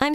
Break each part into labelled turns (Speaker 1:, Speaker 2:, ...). Speaker 1: I'm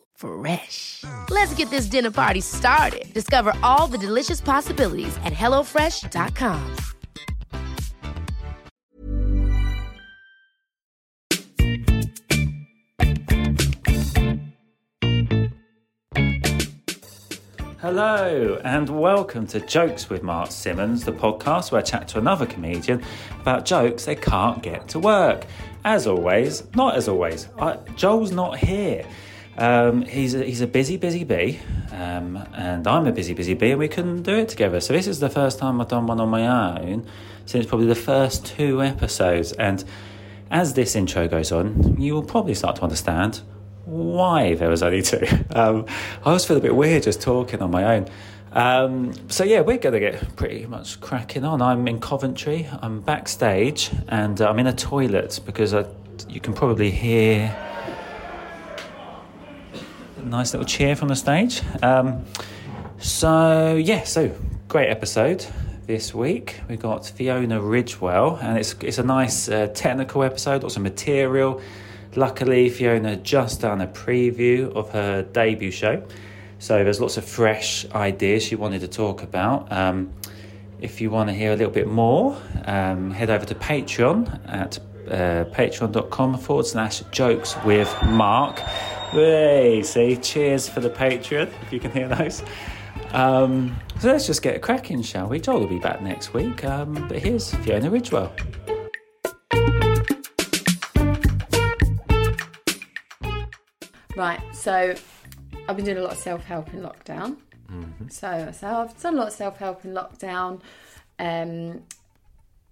Speaker 2: Fresh. Let's get this dinner party started. Discover all the delicious possibilities at hellofresh.com.
Speaker 3: Hello, and welcome to Jokes with Mark Simmons, the podcast where I chat to another comedian about jokes they can't get to work. As always, not as always, I, Joel's not here. Um, he's, a, he's a busy, busy bee, um, and I'm a busy, busy bee, and we couldn't do it together. So, this is the first time I've done one on my own since probably the first two episodes. And as this intro goes on, you will probably start to understand why there was only two. Um, I always feel a bit weird just talking on my own. Um, so yeah, we're going to get pretty much cracking on. I'm in Coventry. I'm backstage, and uh, I'm in a toilet because I, you can probably hear a nice little cheer from the stage. Um, so yeah, so great episode this week. We got Fiona Ridgewell, and it's it's a nice uh, technical episode. Lots of material. Luckily, Fiona just done a preview of her debut show, so there's lots of fresh ideas she wanted to talk about. Um, if you want to hear a little bit more, um, head over to Patreon at uh, patreon.com forward slash jokes with Mark. Hey, see, cheers for the Patreon if you can hear those. Um, so let's just get cracking, shall we? Joel will be back next week, um, but here's Fiona Ridgewell.
Speaker 4: Right, so I've been doing a lot of self help in lockdown. So, so I've done a lot of self help in lockdown. Um,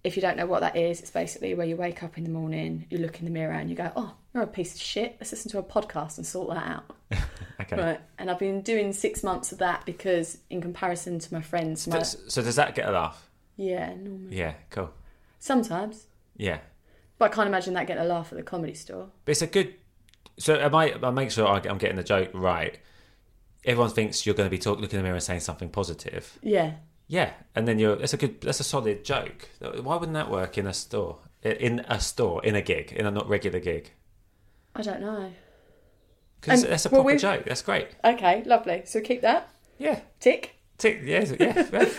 Speaker 4: if you don't know what that is, it's basically where you wake up in the morning, you look in the mirror, and you go, "Oh, you're a piece of shit." Let's listen to a podcast and sort that out.
Speaker 3: Okay.
Speaker 4: Right, and I've been doing six months of that because, in comparison to my friends, my,
Speaker 3: So does that get a laugh?
Speaker 4: yeah, normally
Speaker 3: Yeah, cool.
Speaker 4: sometimes,
Speaker 3: Yeah,
Speaker 4: but I can't imagine that getting a laugh at the comedy store.
Speaker 3: but it's a good. So am I? I make sure I- I'm getting the joke right. Everyone thinks you're going to be talk, looking in the mirror and saying something positive.
Speaker 4: Yeah,
Speaker 3: Yeah, and then you're. That's a good. That's a solid joke. Why wouldn't that work in a store? I- In a store, in a gig, in a not regular gig.
Speaker 4: I don't know.
Speaker 3: Because
Speaker 4: And-
Speaker 3: that's a
Speaker 4: well,
Speaker 3: proper
Speaker 4: we've-
Speaker 3: joke. That's great.
Speaker 4: Okay, lovely. So keep that
Speaker 3: Yeah.
Speaker 4: tick.
Speaker 3: Tick. Yeah. Yeah. yeah.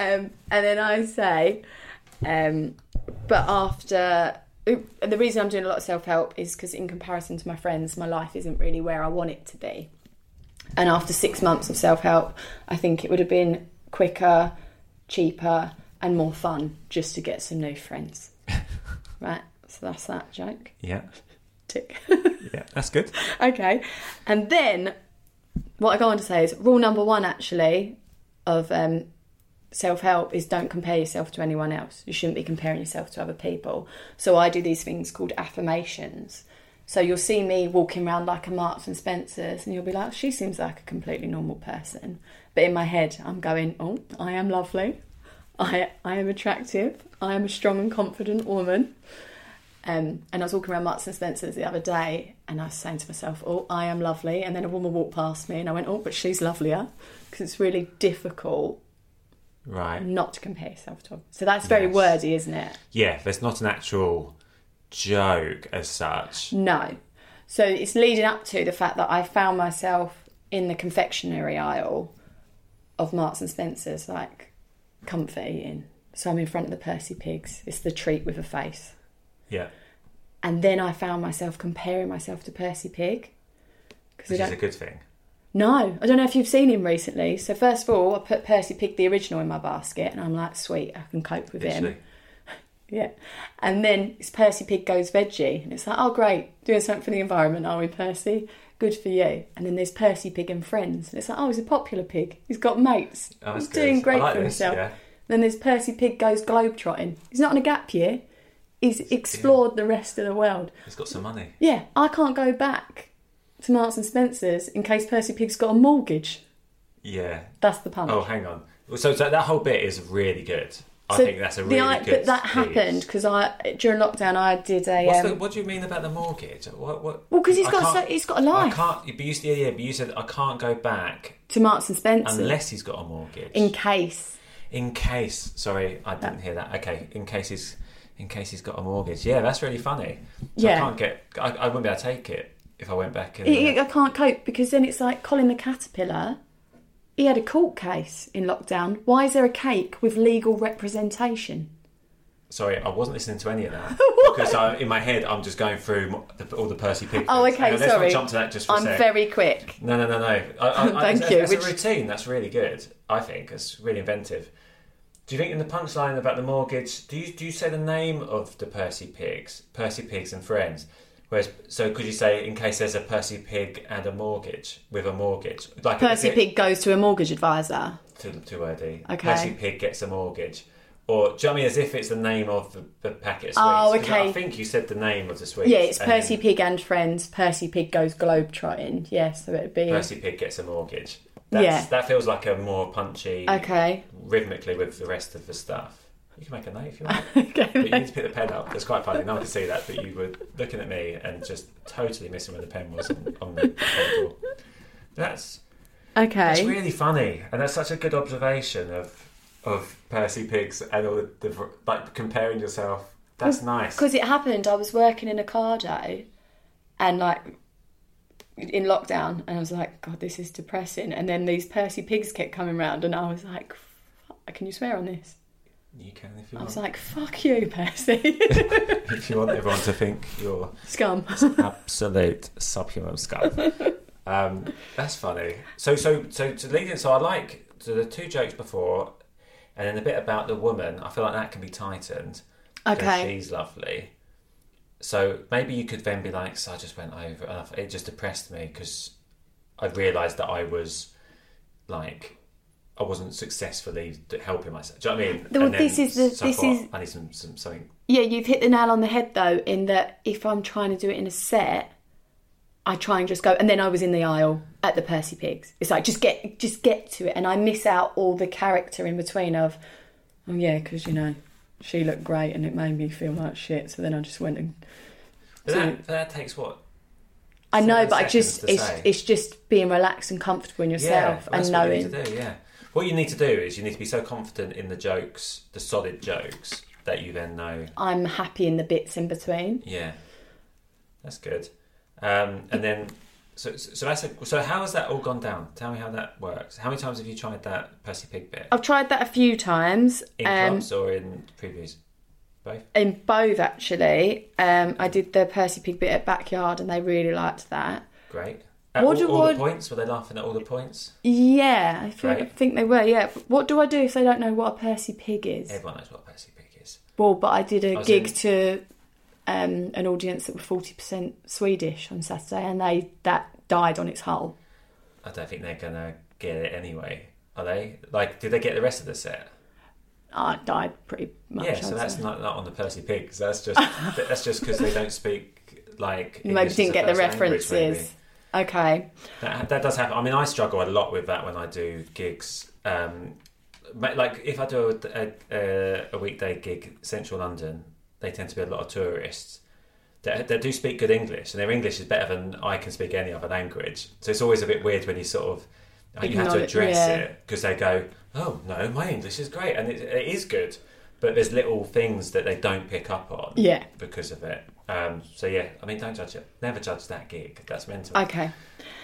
Speaker 4: Um, and then I say, um, but after uh, the reason I'm doing a lot of self help is because, in comparison to my friends, my life isn't really where I want it to be. And after six months of self help, I think it would have been quicker, cheaper, and more fun just to get some new friends. right. So that's that joke.
Speaker 3: yeah.
Speaker 4: Tick.
Speaker 3: Yeah. That's good.
Speaker 4: okay. And then what I go on to say is rule number one, actually, of um, self help is don't compare yourself to anyone else. You shouldn't be comparing yourself to other people. So I do these things called affirmations. So you'll see me walking around like a Marks and Spencers, and you'll be like, she seems like a completely normal person. But in my head, I'm going, oh, I am lovely. I, I am attractive. I am a strong and confident woman. Um, and I was walking around Marks and Spencer's the other day, and I was saying to myself, "Oh, I am lovely." And then a woman walked past me, and I went, "Oh, but she's lovelier," because it's really difficult
Speaker 3: Right.
Speaker 4: not to compare yourself to. So that's very
Speaker 3: Yes.
Speaker 4: wordy, isn't it?
Speaker 3: Yeah. There's not an actual joke as such.
Speaker 4: No. So it's leading up to the fact that I found myself in the confectionery aisle of Marks and Spencer's, like comfort eating. So I'm in front of the Percy Pigs. It's the treat with a face.
Speaker 3: Yeah.
Speaker 4: And then I found myself comparing myself to Percy Pig. Because
Speaker 3: Which is a good thing.
Speaker 4: No, I don't know if you've seen him recently. So first of all, I put Percy Pig the original in my basket, and I'm like, sweet, I can cope with him.
Speaker 3: Literally.
Speaker 4: Yeah. And then it's Percy Pig Goes Veggie. And it's like, oh, great, doing something for the environment, are we, Percy? Good for you. And then there's Percy Pig and Friends. And it's like, oh, he's a popular pig. He's got mates.
Speaker 3: Oh, that's
Speaker 4: he's
Speaker 3: good.
Speaker 4: doing great
Speaker 3: I like
Speaker 4: for
Speaker 3: this,
Speaker 4: himself.
Speaker 3: yeah.
Speaker 4: Then there's Percy Pig Goes Globetrotting. He's not on a gap year, he's explored the rest of the world.
Speaker 3: He's got some money.
Speaker 4: Yeah, I can't go back to Marks and Spencer's in case Percy Pig's got a mortgage.
Speaker 3: Yeah.
Speaker 4: That's the punch.
Speaker 3: Oh, hang on. So, so that whole bit is really good. I
Speaker 4: So
Speaker 3: think that's a
Speaker 4: the
Speaker 3: really
Speaker 4: I-
Speaker 3: good.
Speaker 4: But that
Speaker 3: piece.
Speaker 4: happened because I during lockdown I did a.
Speaker 3: What's
Speaker 4: um,
Speaker 3: the, what do you mean about the mortgage? What? what
Speaker 4: Well, 'cause he's
Speaker 3: I
Speaker 4: got
Speaker 3: can't-
Speaker 4: so- he's got a life.
Speaker 3: I can't. But you, said- yeah, yeah, but you said I can't go back
Speaker 4: to Marks and Spencer's
Speaker 3: unless he's got a mortgage.
Speaker 4: in case.
Speaker 3: In case, sorry, I didn't hear that. Okay, in case he's in case he's got a mortgage. Yeah, that's really funny. So I
Speaker 4: Yeah.
Speaker 3: can't get. I, I wouldn't be able to take it if I went back. And,
Speaker 4: I I can't cope because then it's like Colin the Caterpillar. He had a court case in lockdown. Why is there a cake with legal representation?
Speaker 3: sorry, I wasn't listening to any of that because I, in my head I'm just going through mo- the, all the Percy Pig.
Speaker 4: Oh,
Speaker 3: things.
Speaker 4: okay,
Speaker 3: Hang on, let's
Speaker 4: sorry.
Speaker 3: not jump to that just for
Speaker 4: I'm
Speaker 3: a sec.
Speaker 4: very quick.
Speaker 3: No, no, no, no. I, I, I,
Speaker 4: Thank
Speaker 3: that's,
Speaker 4: you.
Speaker 3: That's a
Speaker 4: Which-
Speaker 3: routine. That's really good. I think it's really inventive. Do you think in the punchline about the mortgage? Do you do you say the name of the Percy Pigs, Percy Pigs and Friends? Whereas, so could you say in case there's a Percy Pig and a mortgage with a mortgage, like
Speaker 4: Percy
Speaker 3: is it-
Speaker 4: Pig goes to a mortgage advisor.
Speaker 3: to, to wordy.
Speaker 4: Okay.
Speaker 3: Percy Pig gets a mortgage. Or, do you know what I mean, as if it's the name of the, the packet of sweets?
Speaker 4: Oh,
Speaker 3: 'Cause I
Speaker 4: okay.
Speaker 3: think you said the name of the sweets.
Speaker 4: Yeah, it's
Speaker 3: and
Speaker 4: Percy
Speaker 3: then
Speaker 4: Pig and Friends. Percy Pig goes globetrotting. Yeah, so it'd be
Speaker 3: Percy Pig gets a mortgage. That's,
Speaker 4: Yeah.
Speaker 3: That feels like a more punchy,
Speaker 4: okay.
Speaker 3: rhythmically with the rest of the stuff. You can make a note if you want.
Speaker 4: okay.
Speaker 3: but you need to pick the pen up. It's quite funny. No one can see that, but you were looking at me and just totally missing where the pen was on, on the table. That's
Speaker 4: Okay.
Speaker 3: It's really funny, and that's such a good observation of of Percy Pigs and all the, the like comparing yourself. That's nice.
Speaker 4: Because it happened, I was working in a cardo and like in lockdown, and I was like, God, this is depressing. And then these Percy pigs kept coming round, and I was like, "Fuck, Can you swear on this?
Speaker 3: You can if you
Speaker 4: I was
Speaker 3: want.
Speaker 4: like, Fuck you, Percy.
Speaker 3: if you want everyone to think you're
Speaker 4: Scum.
Speaker 3: absolute subhuman scum. um, that's funny. So so so to lead in. So I like so the two jokes before, and then the bit about the woman. I feel like that can be tightened. 'cause
Speaker 4: Okay.
Speaker 3: She's lovely. So maybe you could then be like, so I just went over, and I- it just depressed me because I realised that I was like. I wasn't successfully helping myself. Do you know what I mean?
Speaker 4: Well,
Speaker 3: And then-
Speaker 4: this is the-
Speaker 3: I
Speaker 4: this
Speaker 3: thought,
Speaker 4: is-
Speaker 3: I need some, some something
Speaker 4: Yeah, you've hit the nail on the head though, in that if I'm trying to do it in a set, I try and just go and then I was in the aisle at the Percy Pigs. It's like just get just get to it and I miss out all the character in between of oh yeah, because you know, she looked great and it made me feel like shit, so then I just went and
Speaker 3: But
Speaker 4: So-
Speaker 3: that, that takes what
Speaker 4: I know,
Speaker 3: Seven
Speaker 4: but I
Speaker 3: seconds
Speaker 4: just
Speaker 3: to
Speaker 4: it's
Speaker 3: say.
Speaker 4: it's just being relaxed and comfortable in yourself
Speaker 3: well, that's
Speaker 4: and
Speaker 3: What you
Speaker 4: knowing
Speaker 3: need to do, yeah. What you need to do is you need to be so confident in the jokes, the solid jokes, that you then know.
Speaker 4: I'm happy in the bits in between.
Speaker 3: Yeah, that's good. Um, and then, so so that's a, so how has that all gone down? Tell me how that works. How many times have you tried that Percy Pig bit
Speaker 4: I've tried that a few times.
Speaker 3: in
Speaker 4: um,
Speaker 3: clubs or in previews? Both.
Speaker 4: in both actually. Um, I did the Percy Pig bit at backyard, and they really liked that.
Speaker 3: Great. At
Speaker 4: What
Speaker 3: all,
Speaker 4: do-
Speaker 3: all
Speaker 4: what-
Speaker 3: the points? Were they laughing at all the points?
Speaker 4: Yeah, I feel, I
Speaker 3: Right.
Speaker 4: think they were. Yeah. But What do I do if they don't know what a Percy Pig is?
Speaker 3: Everyone knows what a Percy Pig is.
Speaker 4: Well, but I did a
Speaker 3: I was
Speaker 4: gig
Speaker 3: in-
Speaker 4: to um, an audience that were forty percent Swedish on Saturday, and they that died on its hull.
Speaker 3: I don't think they're gonna get it anyway. Are they? Like, did they get the rest of the set?
Speaker 4: Uh, it died pretty much.
Speaker 3: Yeah, so
Speaker 4: I'd
Speaker 3: that's
Speaker 4: say.
Speaker 3: not, not on the Percy Pigs. That's just that's just because they don't speak like
Speaker 4: You
Speaker 3: English
Speaker 4: maybe
Speaker 3: as
Speaker 4: didn't
Speaker 3: a
Speaker 4: get the
Speaker 3: first language,
Speaker 4: references.
Speaker 3: maybe.
Speaker 4: okay.
Speaker 3: That, that does happen. I mean, I struggle a lot with that when I do gigs. Um, ma- like if I do a, a, a weekday gig, Central London, they tend to be a lot of tourists. That, that do speak good English, and their English is better than I can speak any other language. So it's always a bit weird when you sort of like, you have to
Speaker 4: Acknowledge-
Speaker 3: address
Speaker 4: yeah.
Speaker 3: it because they go, "Oh no, my English is great," and it, it is good, but there's little things that they don't pick up on,
Speaker 4: Yeah.
Speaker 3: because of it. Um, so yeah, I mean, don't judge it. Never judge that gig. That's mental.
Speaker 4: Okay.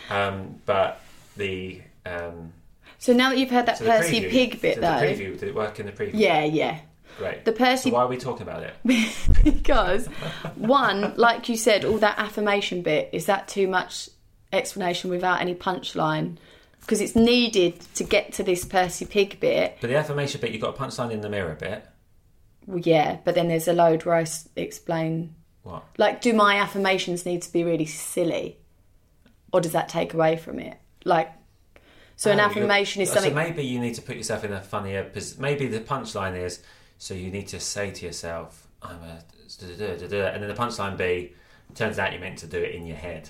Speaker 3: Um, but the um,
Speaker 4: So now that you've heard that
Speaker 3: so the
Speaker 4: Percy
Speaker 3: preview-
Speaker 4: Pig bit,
Speaker 3: so
Speaker 4: though.
Speaker 3: The preview did it work in the preview?
Speaker 4: Yeah, yeah.
Speaker 3: great.
Speaker 4: The Percy-
Speaker 3: So why are we talking about it?
Speaker 4: because one, like you said, all that affirmation bit is that too much explanation without any punchline? Because it's needed to get to this Percy Pig bit.
Speaker 3: But the affirmation bit, you got a punchline in the mirror bit.
Speaker 4: well, yeah, but then there's a load where I s- explain
Speaker 3: What?
Speaker 4: like do my affirmations need to be really silly or does that take away from it like so an
Speaker 3: Oh,
Speaker 4: affirmation
Speaker 3: you-
Speaker 4: is something
Speaker 3: So maybe you need to put yourself in a funnier position. Maybe the punchline is so you need to say to yourself, "I'm a," da-da-da-da-da," and then the punchline be, "Turns out you meant to do it in your head."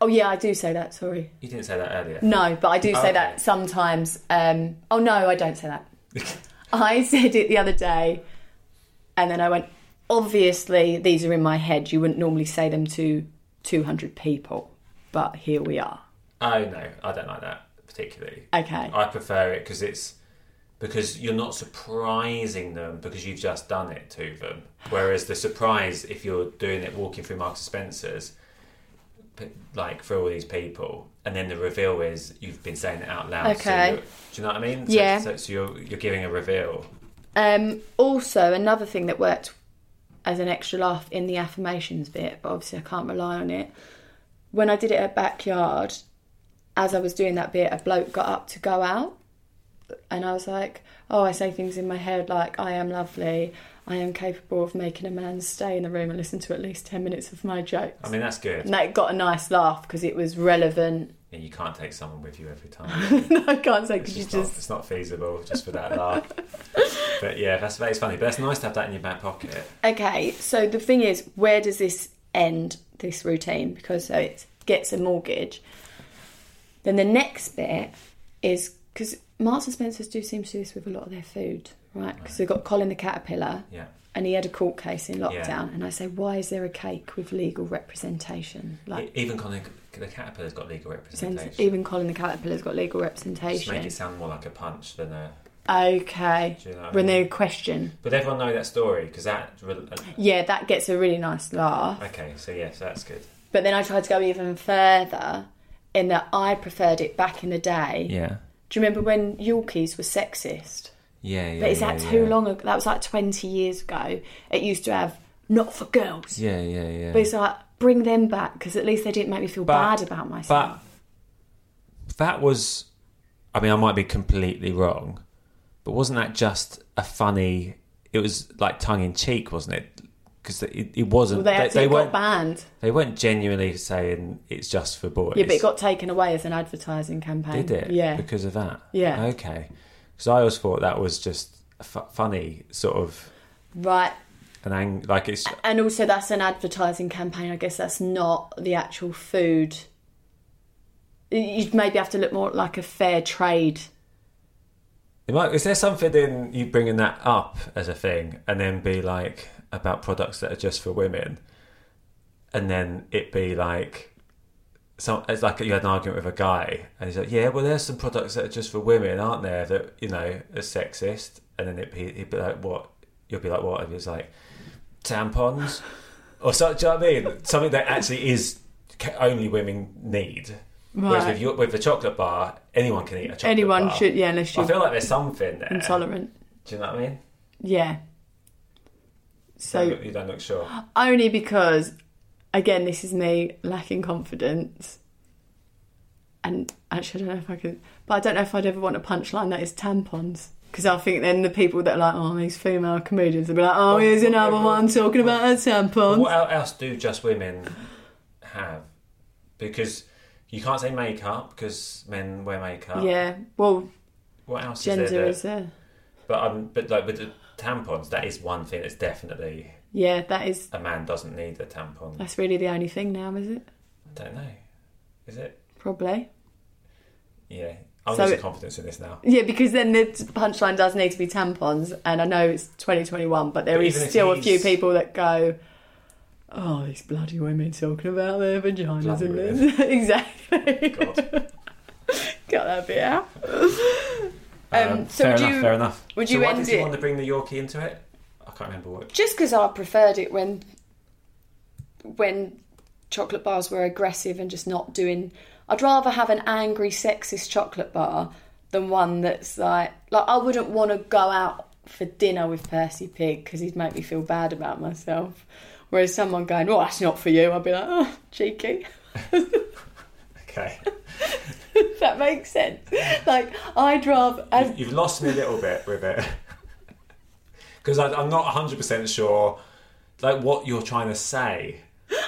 Speaker 4: oh yeah i do say that sorry
Speaker 3: You didn't say that earlier.
Speaker 4: no but i do say
Speaker 3: Okay.
Speaker 4: that sometimes um oh no i don't say that i said it the other day and then i went obviously these are in my head you wouldn't normally say them to 200 people but here we are
Speaker 3: Oh no, I don't like that particularly.
Speaker 4: okay
Speaker 3: I prefer it because it's because you're not surprising them because you've just done it to them. Whereas the surprise, if you're doing it walking through Marks and Spencer's, p- like for all these people, and then the reveal is you've been saying it out loud. so
Speaker 4: Okay.
Speaker 3: you're- do you know what I mean? So-
Speaker 4: Yeah.
Speaker 3: So, so you're you're giving a reveal.
Speaker 4: Um, also, another thing that worked as an extra laugh in the affirmations bit, but obviously I can't rely on it. When I did it at backyard, as I was doing that bit, a bloke got up to go out, and I was like, "Oh, I say things in my head like I am lovely, I am capable of making a man stay in the room and listen to at least ten minutes of my jokes."
Speaker 3: I mean that's good.
Speaker 4: and that got a nice laugh because it was relevant.
Speaker 3: Yeah, you can't take someone with you every time.
Speaker 4: no, I can't say
Speaker 3: It's
Speaker 4: because you
Speaker 3: just, not,
Speaker 4: just
Speaker 3: it's not feasible just for that laugh. But yeah, that's that's funny. But it's nice to have that in your back pocket.
Speaker 4: Okay, so the thing is, where does this end this routine? Because so it gets a mortgage. Then the next bit is because Marks and Spencers do seem to do this with a lot of their food, right? Because they've got Colin the Caterpillar,
Speaker 3: Yeah.
Speaker 4: and he had a court case in lockdown. And I say, why is there a cake with legal representation?
Speaker 3: E-
Speaker 4: Like,
Speaker 3: Even Colin the Caterpillar's got legal representation.
Speaker 4: even Colin the Caterpillar's got legal
Speaker 3: Just make
Speaker 4: representation.
Speaker 3: it sound more like a punch than a.
Speaker 4: Okay,
Speaker 3: Do you know what I
Speaker 4: when they
Speaker 3: mean?
Speaker 4: question,
Speaker 3: But everyone know that story because that. re- uh,
Speaker 4: yeah, that gets a really nice laugh.
Speaker 3: Okay, so yes, that's good.
Speaker 4: But then I tried to go even further in that I preferred it back in the day.
Speaker 3: Yeah.
Speaker 4: Do you remember when Yorkies were sexist?
Speaker 3: Yeah, yeah.
Speaker 4: But is that
Speaker 3: yeah,
Speaker 4: too
Speaker 3: yeah.
Speaker 4: long ago? That was like 20 years ago. It used to have not for girls.
Speaker 3: Yeah, yeah, yeah.
Speaker 4: But it's like, bring them back because at least they didn't make me feel
Speaker 3: But-
Speaker 4: bad about myself.
Speaker 3: But that was. I mean, I might be completely wrong, but wasn't that just a funny. It was like tongue in cheek, wasn't it? Because it, it wasn't.
Speaker 4: Well, they, actually got
Speaker 3: weren't,
Speaker 4: banned.
Speaker 3: they weren't genuinely saying it's just for boys.
Speaker 4: Yeah, but it got taken away as an advertising campaign.
Speaker 3: Did it?
Speaker 4: Yeah.
Speaker 3: Because of that?
Speaker 4: Yeah.
Speaker 3: Okay. Because I always thought that was just a fu- funny, sort of.
Speaker 4: Right.
Speaker 3: an ang- like it's
Speaker 4: And also, that's an advertising campaign. I guess that's not the actual food. You'd maybe have to look more like a fair trade.
Speaker 3: it might, is there something in you bringing that up as a thing and then be like about products that are just for women and then it be like some it's like you had an argument with a guy and he's like yeah well there's some products that are just for women aren't there that you know are sexist and then it be, he'd be like what you'll be like what and he's like tampons or something do you know what I mean something that actually is ca- only women need whereas
Speaker 4: Right.
Speaker 3: with, your, with the chocolate bar anyone can eat a chocolate
Speaker 4: Anyone
Speaker 3: bar.
Speaker 4: should, yeah, unless
Speaker 3: I
Speaker 4: you're
Speaker 3: feel like there's something there.
Speaker 4: intolerant.
Speaker 3: Do you know what I mean?
Speaker 4: Yeah.
Speaker 3: you,
Speaker 4: So
Speaker 3: don't look, you don't look sure.
Speaker 4: only because, again, this is me lacking confidence. And actually, I don't know if I could, but I don't know if I'd ever want a punchline that is tampons. Because I think then the people that are like, oh, these female comedians, will be like, oh, here's another one talking about her tampons.
Speaker 3: What el- else do just women have? Because you can't say makeup because men wear makeup.
Speaker 4: Yeah, well,
Speaker 3: What else is there?
Speaker 4: gender
Speaker 3: that-
Speaker 4: is a
Speaker 3: But um, but like with the tampons, that is one thing that's definitely
Speaker 4: yeah. That is
Speaker 3: a man doesn't need a tampon. I
Speaker 4: that's really the only thing now, is it?
Speaker 3: don't know. Is it?
Speaker 4: Probably.
Speaker 3: Yeah. I'm
Speaker 4: So
Speaker 3: losing
Speaker 4: it-
Speaker 3: confidence in this now.
Speaker 4: Yeah, because then the t- punchline does need to be tampons, and I know it's 2021, but there
Speaker 3: But
Speaker 4: is
Speaker 3: even if
Speaker 4: still a
Speaker 3: he's-
Speaker 4: few people that go, "Oh, these bloody women talking about their vaginas
Speaker 3: Bloody
Speaker 4: and this." exactly.
Speaker 3: God.
Speaker 4: Got that bit out.
Speaker 3: Um,
Speaker 4: Um, so
Speaker 3: fair
Speaker 4: would
Speaker 3: enough.
Speaker 4: you-
Speaker 3: fair enough.
Speaker 4: would
Speaker 3: So
Speaker 4: you
Speaker 3: why
Speaker 4: end
Speaker 3: did you
Speaker 4: it-
Speaker 3: want to bring the Yorkie into it? I can't remember what.
Speaker 4: Just because I preferred it when when chocolate bars were aggressive and just not doing. I'd rather have an angry sexist chocolate bar than one that's like like I wouldn't want to go out for dinner with Percy Pig because he'd make me feel bad about myself. Whereas someone going, "Oh, that's not for you," I'd be like, "Oh, cheeky."
Speaker 3: Okay.
Speaker 4: If that makes sense. Like I'd rather.
Speaker 3: You've lost me a little bit with it. because I'm not 100 percent sure like what you're trying to say.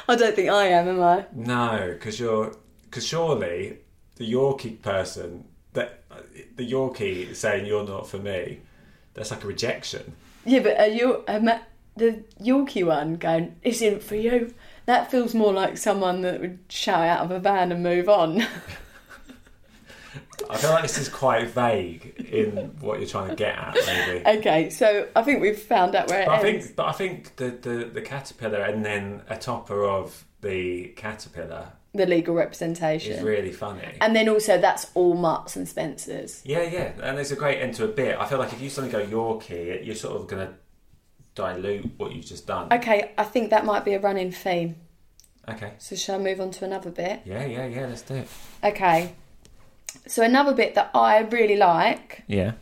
Speaker 4: I don't think I am, am I?
Speaker 3: No, because you're because surely the Yorkie person that the Yorkie is saying you're not for me. That's like a rejection.
Speaker 4: Yeah, but are you, um, the Yorkie one going, isn't for you? That feels more like someone that would shout out of a van and move on.
Speaker 3: I feel like this is quite vague in what you're trying to get at. Maybe.
Speaker 4: okay, so I think we've found out where it
Speaker 3: But I
Speaker 4: ends.
Speaker 3: think, but I think the, the, the caterpillar and then a topper of the caterpillar
Speaker 4: The legal
Speaker 3: is
Speaker 4: representation.
Speaker 3: really funny.
Speaker 4: And then also, that's all Marks and Spencers.
Speaker 3: Yeah, yeah, and it's a great end to a bit. I feel like if you suddenly go Yorkie, you're sort of going to dilute what you've just done.
Speaker 4: Okay, I think that might be a running theme.
Speaker 3: Okay.
Speaker 4: So, shall I move on to another bit?
Speaker 3: Yeah, yeah, yeah. Let's do it.
Speaker 4: Okay. So another bit that I really like,
Speaker 3: Yeah,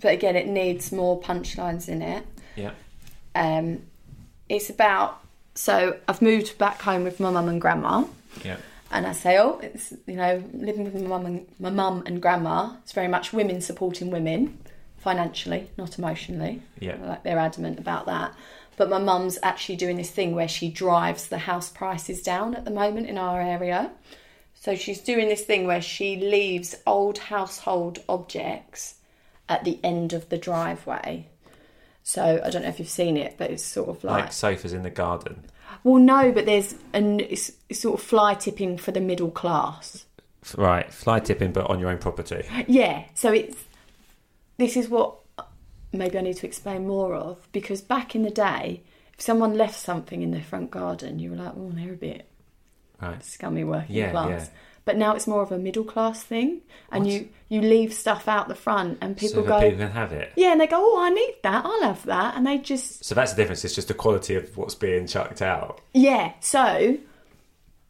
Speaker 4: but again it needs more punchlines in it.
Speaker 3: yeah,
Speaker 4: Um, it's about so I've moved back home with my mum and grandma,
Speaker 3: yeah,
Speaker 4: and I say, oh, it's you know living with my mum and my mum and grandma. It's very much women supporting women financially, not emotionally.
Speaker 3: Yeah.
Speaker 4: like they're adamant about that. But my mum's actually doing this thing where she drives the house prices down at the moment in our area. So she's doing this thing where she leaves old household objects at the end of the driveway. So I don't know if you've seen it, but it's sort of
Speaker 3: like sofas in the garden
Speaker 4: well, no, but there's an it's, it's sort of fly tipping for the middle class.
Speaker 3: F- right fly tipping but on your own property
Speaker 4: Yeah, so it's this is what maybe I need to explain more of because back in the day, if someone left something in their front garden, you were like, oh, they're a bit
Speaker 3: right
Speaker 4: scummy working
Speaker 3: Yeah,
Speaker 4: class.
Speaker 3: yeah.
Speaker 4: But now it's more of a middle class thing, and you you leave stuff out the front, and people
Speaker 3: so that
Speaker 4: go,
Speaker 3: people can have it
Speaker 4: yeah, and they go, oh, I need that, I'll have that, and they just
Speaker 3: so that's the difference it's just the quality of what's being chucked out
Speaker 4: Yeah, so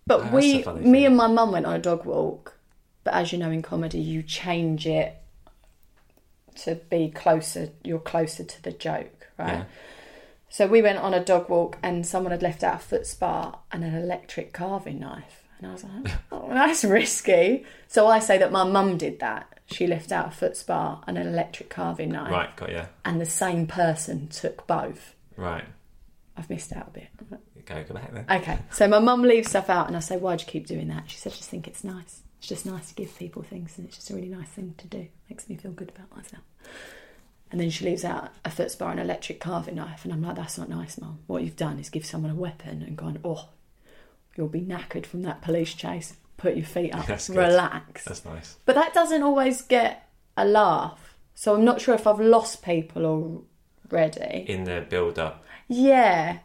Speaker 4: but
Speaker 3: that's
Speaker 4: we
Speaker 3: a funny
Speaker 4: me
Speaker 3: thing.
Speaker 4: and my mum went on a dog walk, but as you know in comedy you change it to be closer you're closer to the joke, right?
Speaker 3: Yeah.
Speaker 4: So we went on a dog walk and someone had left out a foot spa and an electric carving knife. And I was like, oh, that's risky. So I say that my mum did that. She left out a foot spa and an electric carving knife.
Speaker 3: right got you
Speaker 4: And the same person took both.
Speaker 3: right
Speaker 4: I've missed out a bit.
Speaker 3: go go back then
Speaker 4: Okay, so my mum leaves stuff out, and I say, "Why do you keep doing that?" She said, "I just think it's nice. It's just nice to give people things, and it's just a really nice thing to do. Makes me feel good about myself." And then she leaves out a foot spa and an electric carving knife, and I'm like, "That's not nice, mum. What you've done is give someone a weapon and gone, oh, you'll be knackered from that police chase. Put your feet up,
Speaker 3: That's good.
Speaker 4: relax."
Speaker 3: that's nice
Speaker 4: But that doesn't always get a laugh, so I'm not sure if I've lost people already.
Speaker 3: in the build up
Speaker 4: Yeah.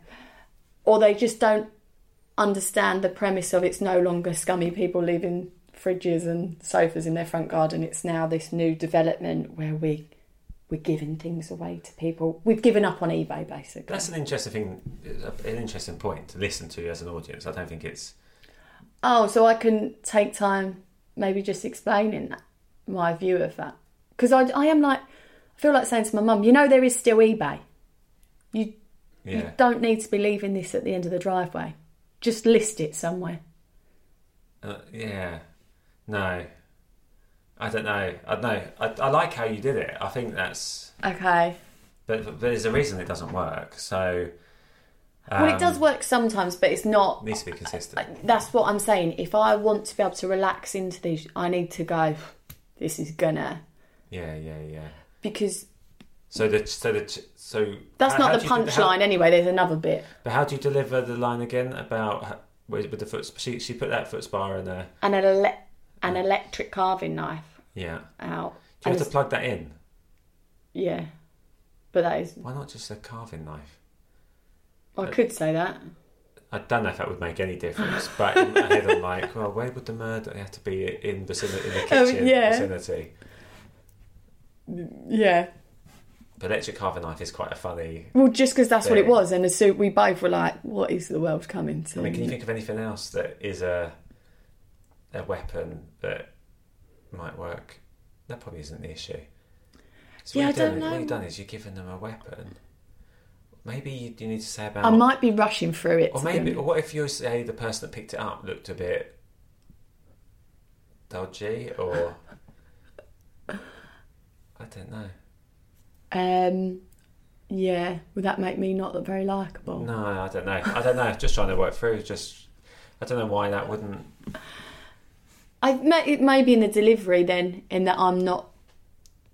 Speaker 4: Or they just don't understand the premise of it's no longer scummy people leaving fridges and sofas in their front garden. It's now this new development where we we're giving things away to people. We've given up on eBay basically.
Speaker 3: that's an interesting thing uh, an interesting point to listen to as an audience I don't think it's
Speaker 4: oh, so I can take time maybe just explaining that my view of that. Because I, I am like, I feel like saying to my mum, you know, there is still eBay. You,
Speaker 3: yeah
Speaker 4: you don't need to be leaving this at the end of the driveway. Just list it somewhere.
Speaker 3: Uh, yeah. No. I don't know. I don't know. I, I like how you did it. I think that's.
Speaker 4: Okay.
Speaker 3: But, but there's a reason it doesn't work. So. Um,
Speaker 4: Well, it does work sometimes, but it's not.
Speaker 3: Needs to be consistent.
Speaker 4: That's what I'm saying. If I want to be able to relax into these, I need to go. This is gonna
Speaker 3: Yeah, yeah, yeah.
Speaker 4: because
Speaker 3: So the so the so
Speaker 4: that's
Speaker 3: how- how
Speaker 4: not
Speaker 3: do
Speaker 4: the
Speaker 3: you do- how-
Speaker 4: punchline anyway. There's another bit,
Speaker 3: But how do you deliver the line again about h- with, with the foot? She she put that foot spar in there.
Speaker 4: and an, ele- an electric carving knife
Speaker 3: Yeah.
Speaker 4: out.
Speaker 3: Do you
Speaker 4: And
Speaker 3: have to
Speaker 4: it's-
Speaker 3: plug that in?
Speaker 4: yeah, but that is.
Speaker 3: Why not just a carving knife?
Speaker 4: I could say that.
Speaker 3: I don't know if that would make any difference, but in my head I'm like, well, where would the murder have to be in vicinity in the
Speaker 4: Oh,
Speaker 3: kitchen
Speaker 4: yeah.
Speaker 3: vicinity?
Speaker 4: Yeah.
Speaker 3: But electric carving knife is quite a funny.
Speaker 4: Well, just because that's what it
Speaker 3: Yeah.
Speaker 4: was, and as soon we both were like, "What is the world coming to?"
Speaker 3: I mean, can you think of anything else that is a a weapon that might work? That probably isn't the issue. So
Speaker 4: Yeah,
Speaker 3: what
Speaker 4: I
Speaker 3: you've
Speaker 4: don't
Speaker 3: done- What you've
Speaker 4: know.
Speaker 3: done is you're giving them a weapon. Maybe you, you need to say about.
Speaker 4: I might be rushing through it.
Speaker 3: or
Speaker 4: to be
Speaker 3: maybe,
Speaker 4: honest.
Speaker 3: or what if you say the person that picked it up looked a bit dodgy, or I don't know.
Speaker 4: Um, yeah, would that make me not look very likable?
Speaker 3: No, I don't know. I don't know. Just trying to work through. Just I don't know why that wouldn't.
Speaker 4: I may, it may be in the delivery then, in that I'm not,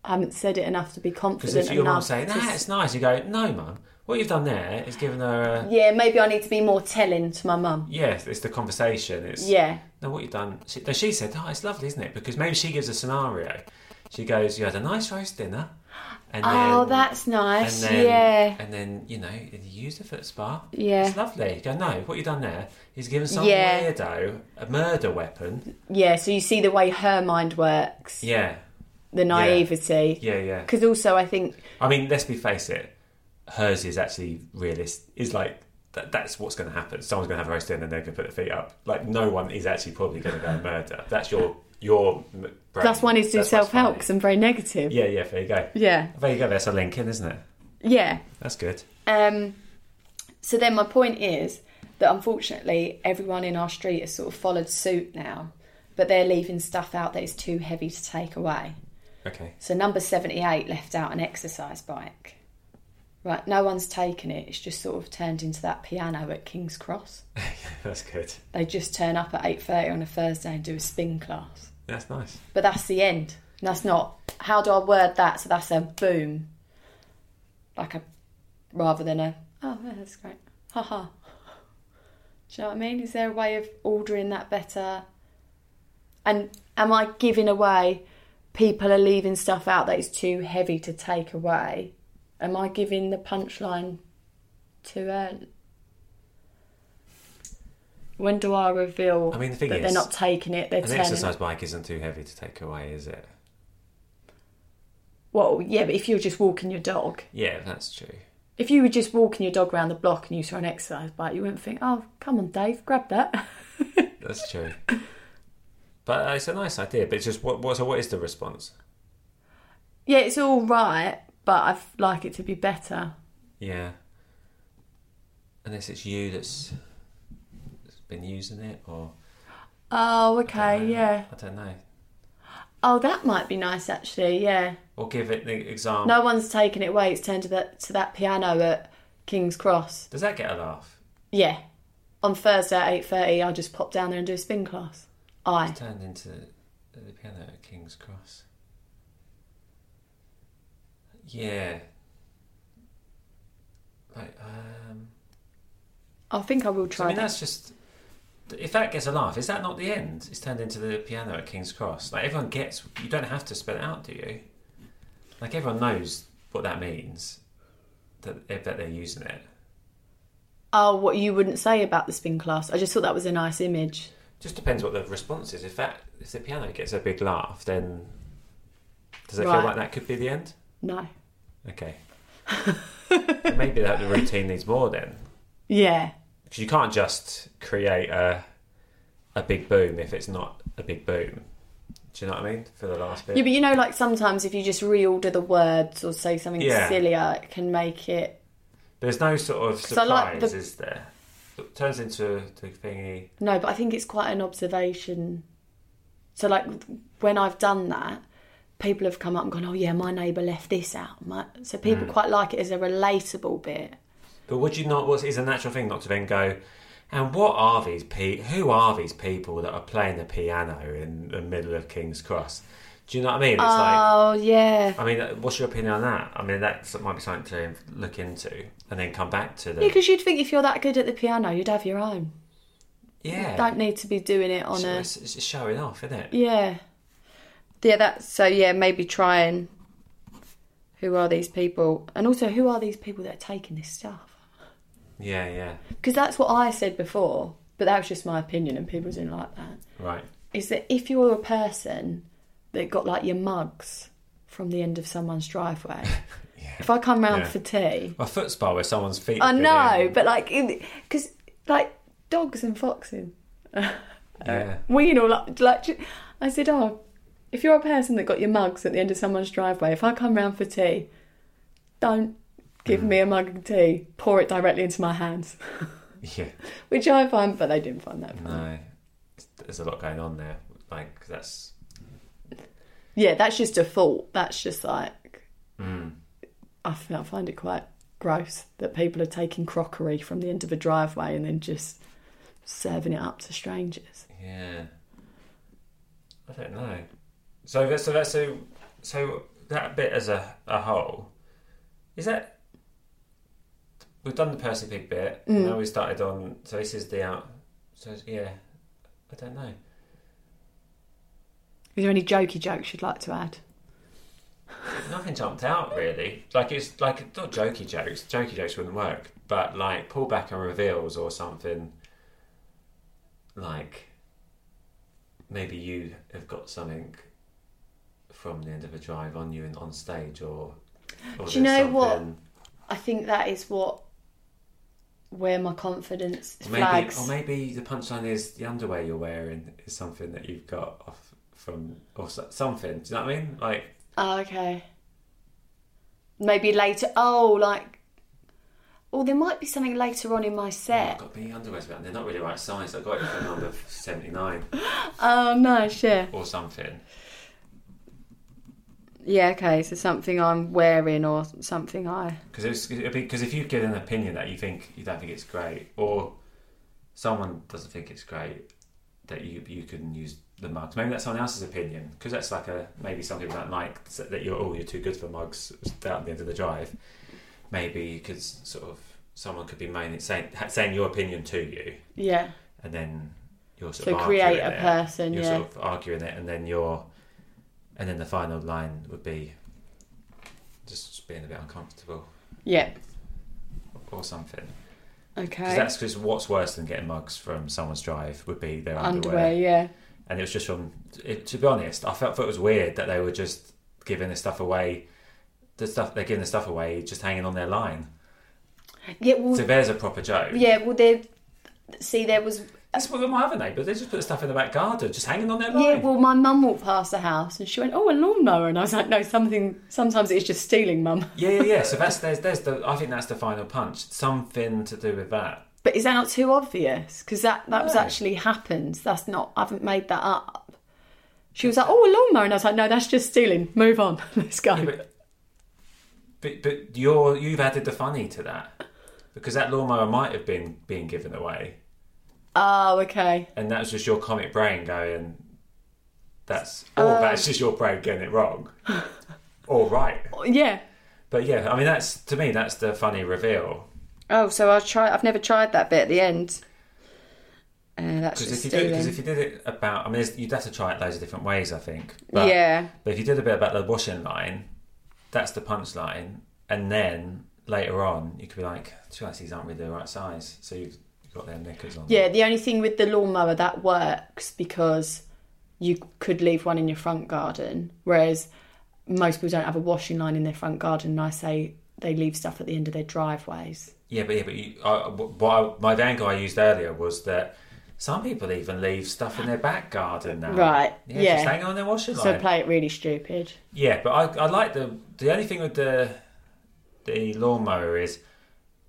Speaker 4: I haven't said it enough to be
Speaker 3: Because
Speaker 4: confident
Speaker 3: if your mum
Speaker 4: enough.
Speaker 3: saying,
Speaker 4: to
Speaker 3: "Nah,
Speaker 4: s-
Speaker 3: it's nice," you go, "No, mum. What you've done there is given her a
Speaker 4: yeah, maybe I need to be more telling to my mum.
Speaker 3: yes. It's the conversation. It's
Speaker 4: Yeah,
Speaker 3: No, what you've done. She, no, she said, "Oh, it's lovely, isn't it?" Because maybe she gives a scenario. She goes, "You had a nice roast dinner." And
Speaker 4: Oh,
Speaker 3: then,
Speaker 4: that's nice,
Speaker 3: And then,
Speaker 4: yeah.
Speaker 3: And then you know you used the foot spa.
Speaker 4: Yeah.
Speaker 3: It's lovely. You go, no, what you done there is given some
Speaker 4: Yeah.
Speaker 3: weirdo a murder weapon.
Speaker 4: yeah. So you see the way her mind works,
Speaker 3: Yeah.
Speaker 4: the naivety.
Speaker 3: Yeah, yeah.
Speaker 4: Because also, I think
Speaker 3: I mean, let's be face it. Hers is actually realist. Is like that, that's what's going to happen. Someone's going to have a roast dinner and they're going to put their feet up. Like no one is actually probably going to go and murder. That's your your. m- Brain.
Speaker 4: that's one is do
Speaker 3: what's
Speaker 4: self help
Speaker 3: funny.
Speaker 4: because I'm very negative.
Speaker 3: Yeah, yeah, there you go.
Speaker 4: Yeah.
Speaker 3: There you go, that's a link in, isn't it?
Speaker 4: yeah.
Speaker 3: That's good.
Speaker 4: Um, so then my point is that unfortunately everyone in our street has sort of followed suit now, but they're leaving stuff out that is too heavy to take away.
Speaker 3: Okay.
Speaker 4: So number 78 left out an exercise bike. Right, no one's taken it. It's just sort of turned into that piano at King's Cross.
Speaker 3: That's good.
Speaker 4: They just turn up at 8:30 on a Thursday and do a spin class.
Speaker 3: That's nice.
Speaker 4: But that's the end. And that's not how do I word that so that's a boom. Like a rather than a oh yeah, that's great. Ha ha. Do you know what I mean? Is there a way of ordering that better? And am I giving away people are leaving stuff out that is too heavy to take away? Am I giving the punchline too early? When do I reveal
Speaker 3: I mean, the thing
Speaker 4: that
Speaker 3: is,
Speaker 4: they're not taking it, they're
Speaker 3: An
Speaker 4: turning
Speaker 3: exercise bike isn't too heavy to take away, is it?
Speaker 4: Well, yeah, but if you were just walking your dog,
Speaker 3: Yeah, that's true.
Speaker 4: if you were just walking your dog around the block and you saw an exercise bike, you wouldn't think, oh, come on, Dave, grab that.
Speaker 3: That's true. but uh, it's a nice idea. But it's just what, what? So what is the response?
Speaker 4: yeah, it's all right, but I'd like it to be better.
Speaker 3: Yeah. Unless it's you that's that's been using it, or
Speaker 4: Oh, okay, yeah.
Speaker 3: I don't know.
Speaker 4: Oh, that might be nice, actually, yeah.
Speaker 3: Or give it the example.
Speaker 4: No one's taken it away, it's turned to that, to that piano at King's Cross.
Speaker 3: Does that get a laugh?
Speaker 4: Yeah. On Thursday at 8.30, I'll just pop down there and do a spin class. I.
Speaker 3: Turned into the piano at King's Cross. Yeah. Like, um,
Speaker 4: I think I will
Speaker 3: so, I
Speaker 4: try
Speaker 3: mean,
Speaker 4: that.
Speaker 3: that's just. If that gets a laugh, is that not the end? It's turned into the piano at King's Cross. Like, everyone gets. You don't have to spell it out, do you? Like, everyone knows what that means, that, eh, that they're using it.
Speaker 4: Oh, what you wouldn't say about the spin class. I just thought that was a nice image.
Speaker 3: Just depends what the response is. If that if the piano gets a big laugh, then does it
Speaker 4: Right.
Speaker 3: feel like that could be the end?
Speaker 4: No.
Speaker 3: Okay. Maybe that the routine needs more then,
Speaker 4: Yeah.
Speaker 3: because you can't just create a a big boom if it's not a big boom. Do you know what I mean? For the last bit.
Speaker 4: Yeah, but you know, like sometimes if you just reorder the words or say something
Speaker 3: Yeah.
Speaker 4: sillier, it can make it.
Speaker 3: There's no sort of
Speaker 4: I
Speaker 3: surprise,
Speaker 4: like the-
Speaker 3: is there? It turns into the thingy.
Speaker 4: No, but I think it's quite an observation. So, like, when I've done that, people have come up and gone, oh, yeah, my neighbour left this out. My... So,
Speaker 3: Mm.
Speaker 4: people quite like it as a relatable bit.
Speaker 3: But would you not? What is a natural thing not to then go? And what are these pe? Who are these people that are playing the piano in the middle of King's Cross? Do you know what I mean? It's like,
Speaker 4: Oh, yeah.
Speaker 3: I mean, uh, what's your opinion on that? I mean, that might be something to look into and then come back to the
Speaker 4: Yeah, because you'd think if you're that good at the piano, you'd have your own.
Speaker 3: yeah.
Speaker 4: Don't need to be doing it on
Speaker 3: So
Speaker 4: a.
Speaker 3: it's, it's just showing off, isn't it?
Speaker 4: Yeah. Yeah, that's so yeah, maybe trying who are these people and also who are these people that are taking this stuff?
Speaker 3: Yeah, yeah.
Speaker 4: Because that's what I said before, but that was just my opinion and people didn't like that.
Speaker 3: Right.
Speaker 4: Is that if you're a person that got like your mugs from the end of someone's driveway, if I come round
Speaker 3: Yeah.
Speaker 4: for tea,
Speaker 3: A foot spa where someone's feet.
Speaker 4: I
Speaker 3: have been
Speaker 4: know,
Speaker 3: in.
Speaker 4: but like, because like dogs and foxes,
Speaker 3: Yeah.
Speaker 4: we and all like, like I said, oh, if you're a person that got your mugs at the end of someone's driveway, if I come round for tea, don't give
Speaker 3: Mm.
Speaker 4: me a mug of tea. Pour it directly into my hands,
Speaker 3: Yeah.
Speaker 4: which I find, but they didn't find that. Funny.
Speaker 3: No. There's a lot going on there. Like that's Mm.
Speaker 4: Yeah, that's just a fault. That's just like I, f- I find it quite gross that people are taking crockery from the end of a driveway and then just serving it up to strangers.
Speaker 3: Yeah. I don't know. So that's so that's so so that bit as a, a whole is that we've done the Percy Pig bit.
Speaker 4: Mm.
Speaker 3: Now we started on. So this is the out. So it's- yeah, I don't know.
Speaker 4: Is there any jokey jokes you'd like to add?
Speaker 3: Nothing jumped out really. Like it's like not jokey jokes. Jokey jokes wouldn't work. But like pull back and reveals or something. Like maybe you have got something from the end of a drive on you and on stage or. or
Speaker 4: Do
Speaker 3: there's
Speaker 4: you know what?
Speaker 3: something-
Speaker 4: I think that is what where my confidence
Speaker 3: Or maybe, or maybe the punchline is the underwear you're wearing is something that you've got off from or so- something. Do you know what I mean? Like
Speaker 4: Oh, okay. Maybe later. Oh, like. Well, there might be something later on in my
Speaker 3: I've
Speaker 4: set.
Speaker 3: got me underwear's about. They're not really right size. I got it for number seventy nine
Speaker 4: Oh, nice. Yeah.
Speaker 3: or something.
Speaker 4: Yeah. Okay. So something I'm wearing or something I.
Speaker 3: Because because if you give an opinion that you think you don't think it's great, or someone doesn't think it's great, that you you can use the mugs. Maybe that's someone else's opinion. Because that's like a maybe some people don't like s- that you're oh you're too good for mugs down the end of the drive. Maybe you could s- sort of someone could be main, saying ha- saying your opinion to you,
Speaker 4: Yeah.
Speaker 3: and then you're sort
Speaker 4: So
Speaker 3: of
Speaker 4: create
Speaker 3: arguing
Speaker 4: a
Speaker 3: it.
Speaker 4: person,
Speaker 3: You're
Speaker 4: yeah.
Speaker 3: sort of arguing it, and then you're, and then the final line would be just being a bit uncomfortable
Speaker 4: Yeah.
Speaker 3: or something.
Speaker 4: Okay.
Speaker 3: Because that's because what's worse than getting mugs from someone's drive would be their underwear.
Speaker 4: underwear. Yeah.
Speaker 3: And it was just from, it, to be honest, I felt it was weird that they were just giving the stuff away. The stuff they're giving the stuff away, just hanging on their line.
Speaker 4: Yeah. Well.
Speaker 3: So there's a proper joke.
Speaker 4: yeah. Well, there. See, there was.
Speaker 3: That's what with my other neighbours. They just put the stuff in the back garden, just hanging on their line.
Speaker 4: Yeah, well, my mum walked past the house and she went, "Oh, a lawnmower," and I was like, "No, something. Sometimes it's just stealing, mum."
Speaker 3: yeah, yeah, yeah. So that's there's there's the. I think that's the final punch. Something to do with that.
Speaker 4: But is that not too obvious? Because that that was
Speaker 3: No.
Speaker 4: actually happened. That's not. I haven't made that up. She was like, "Oh, a lawnmower," and I was like, "No, that's just stealing. Move on. Let's go."
Speaker 3: But but, but you're you've added the funny to that because that lawnmower might have been being given away.
Speaker 4: oh, okay.
Speaker 3: and that's just your comic brain going. That's or that's just your brain getting it wrong, or right.
Speaker 4: Yeah.
Speaker 3: But yeah, I mean that's to me that's the funny reveal
Speaker 4: Oh, so I try. I've never tried that bit at the end. Uh, that's
Speaker 3: because
Speaker 4: just
Speaker 3: if you did
Speaker 4: stealing.
Speaker 3: because if you did it about I mean there's- you'd have to try it loads of different ways I think. But,
Speaker 4: Yeah.
Speaker 3: But if you did a bit about the washing line, that's the punchline, and then later on you could be like, to be honest, these aren't really the right size, so you've got their knickers on.
Speaker 4: yeah, the only thing with the lawnmower that works because you could leave one in your front garden, whereas most people don't have a washing line in their front garden. And I say they leave stuff at the end of their driveways.
Speaker 3: Yeah, but yeah, but you, I, what I, my angle I used earlier was that some people even leave stuff in their back garden now.
Speaker 4: Right,
Speaker 3: Yeah.
Speaker 4: yeah.
Speaker 3: Just hang on their washing
Speaker 4: So
Speaker 3: line.
Speaker 4: play it really stupid.
Speaker 3: yeah, but I, I like the the only thing with the the lawnmower is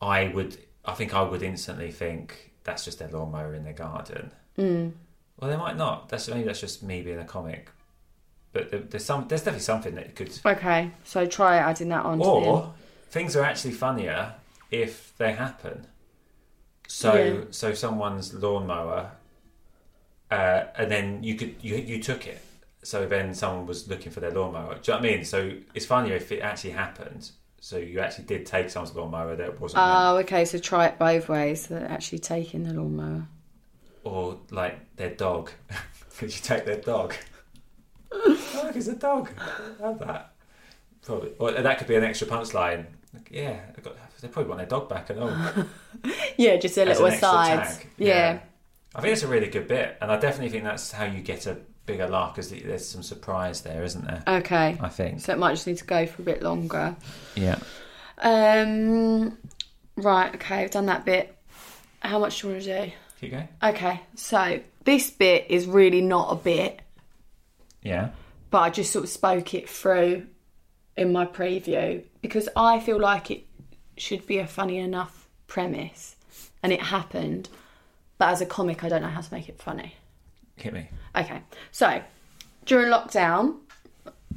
Speaker 3: I would I think I would instantly think that's just their lawnmower in their garden. Mm. Well, they might not. That's maybe that's just me being a comic. But there- there's some there's definitely something that could
Speaker 4: Okay, so try adding that on.
Speaker 3: or things are actually funnier if they happen. So
Speaker 4: Yeah.
Speaker 3: so someone's lawnmower, uh, and then you could you you took it. So then someone was looking for their lawnmower. Do you know what I mean? So it's funnier if it actually happened. So you actually did take someone's lawnmower that wasn't, meant-
Speaker 4: Oh, okay. So try it both ways. so Actually, taking the lawnmower.
Speaker 3: or like their dog. Could you take their dog? oh, look, it's a dog. I love that. Probably, or that could be an extra punchline. Like, yeah, they got- they probably want their dog back and all.
Speaker 4: Yeah, just a
Speaker 3: as
Speaker 4: little
Speaker 3: an extra
Speaker 4: aside.
Speaker 3: tag.
Speaker 4: Yeah.
Speaker 3: I think it's a really good bit, and I definitely think that's how you get a bigger laugh because there's some surprise there, isn't there?
Speaker 4: Okay.
Speaker 3: I think.
Speaker 4: Oh, So it might just need to go for a bit longer.
Speaker 3: Yeah.
Speaker 4: Um. Right. Okay. I've done that bit. How much do you want to do?
Speaker 3: Keep going.
Speaker 4: Okay. So this bit is really not a bit,
Speaker 3: Yeah.
Speaker 4: but I just sort of spoke it through in my preview because I feel like it should be a funny enough premise, and it happened. But as a comic, I don't know how to make it funny.
Speaker 3: Hit me.
Speaker 4: Okay, so during lockdown,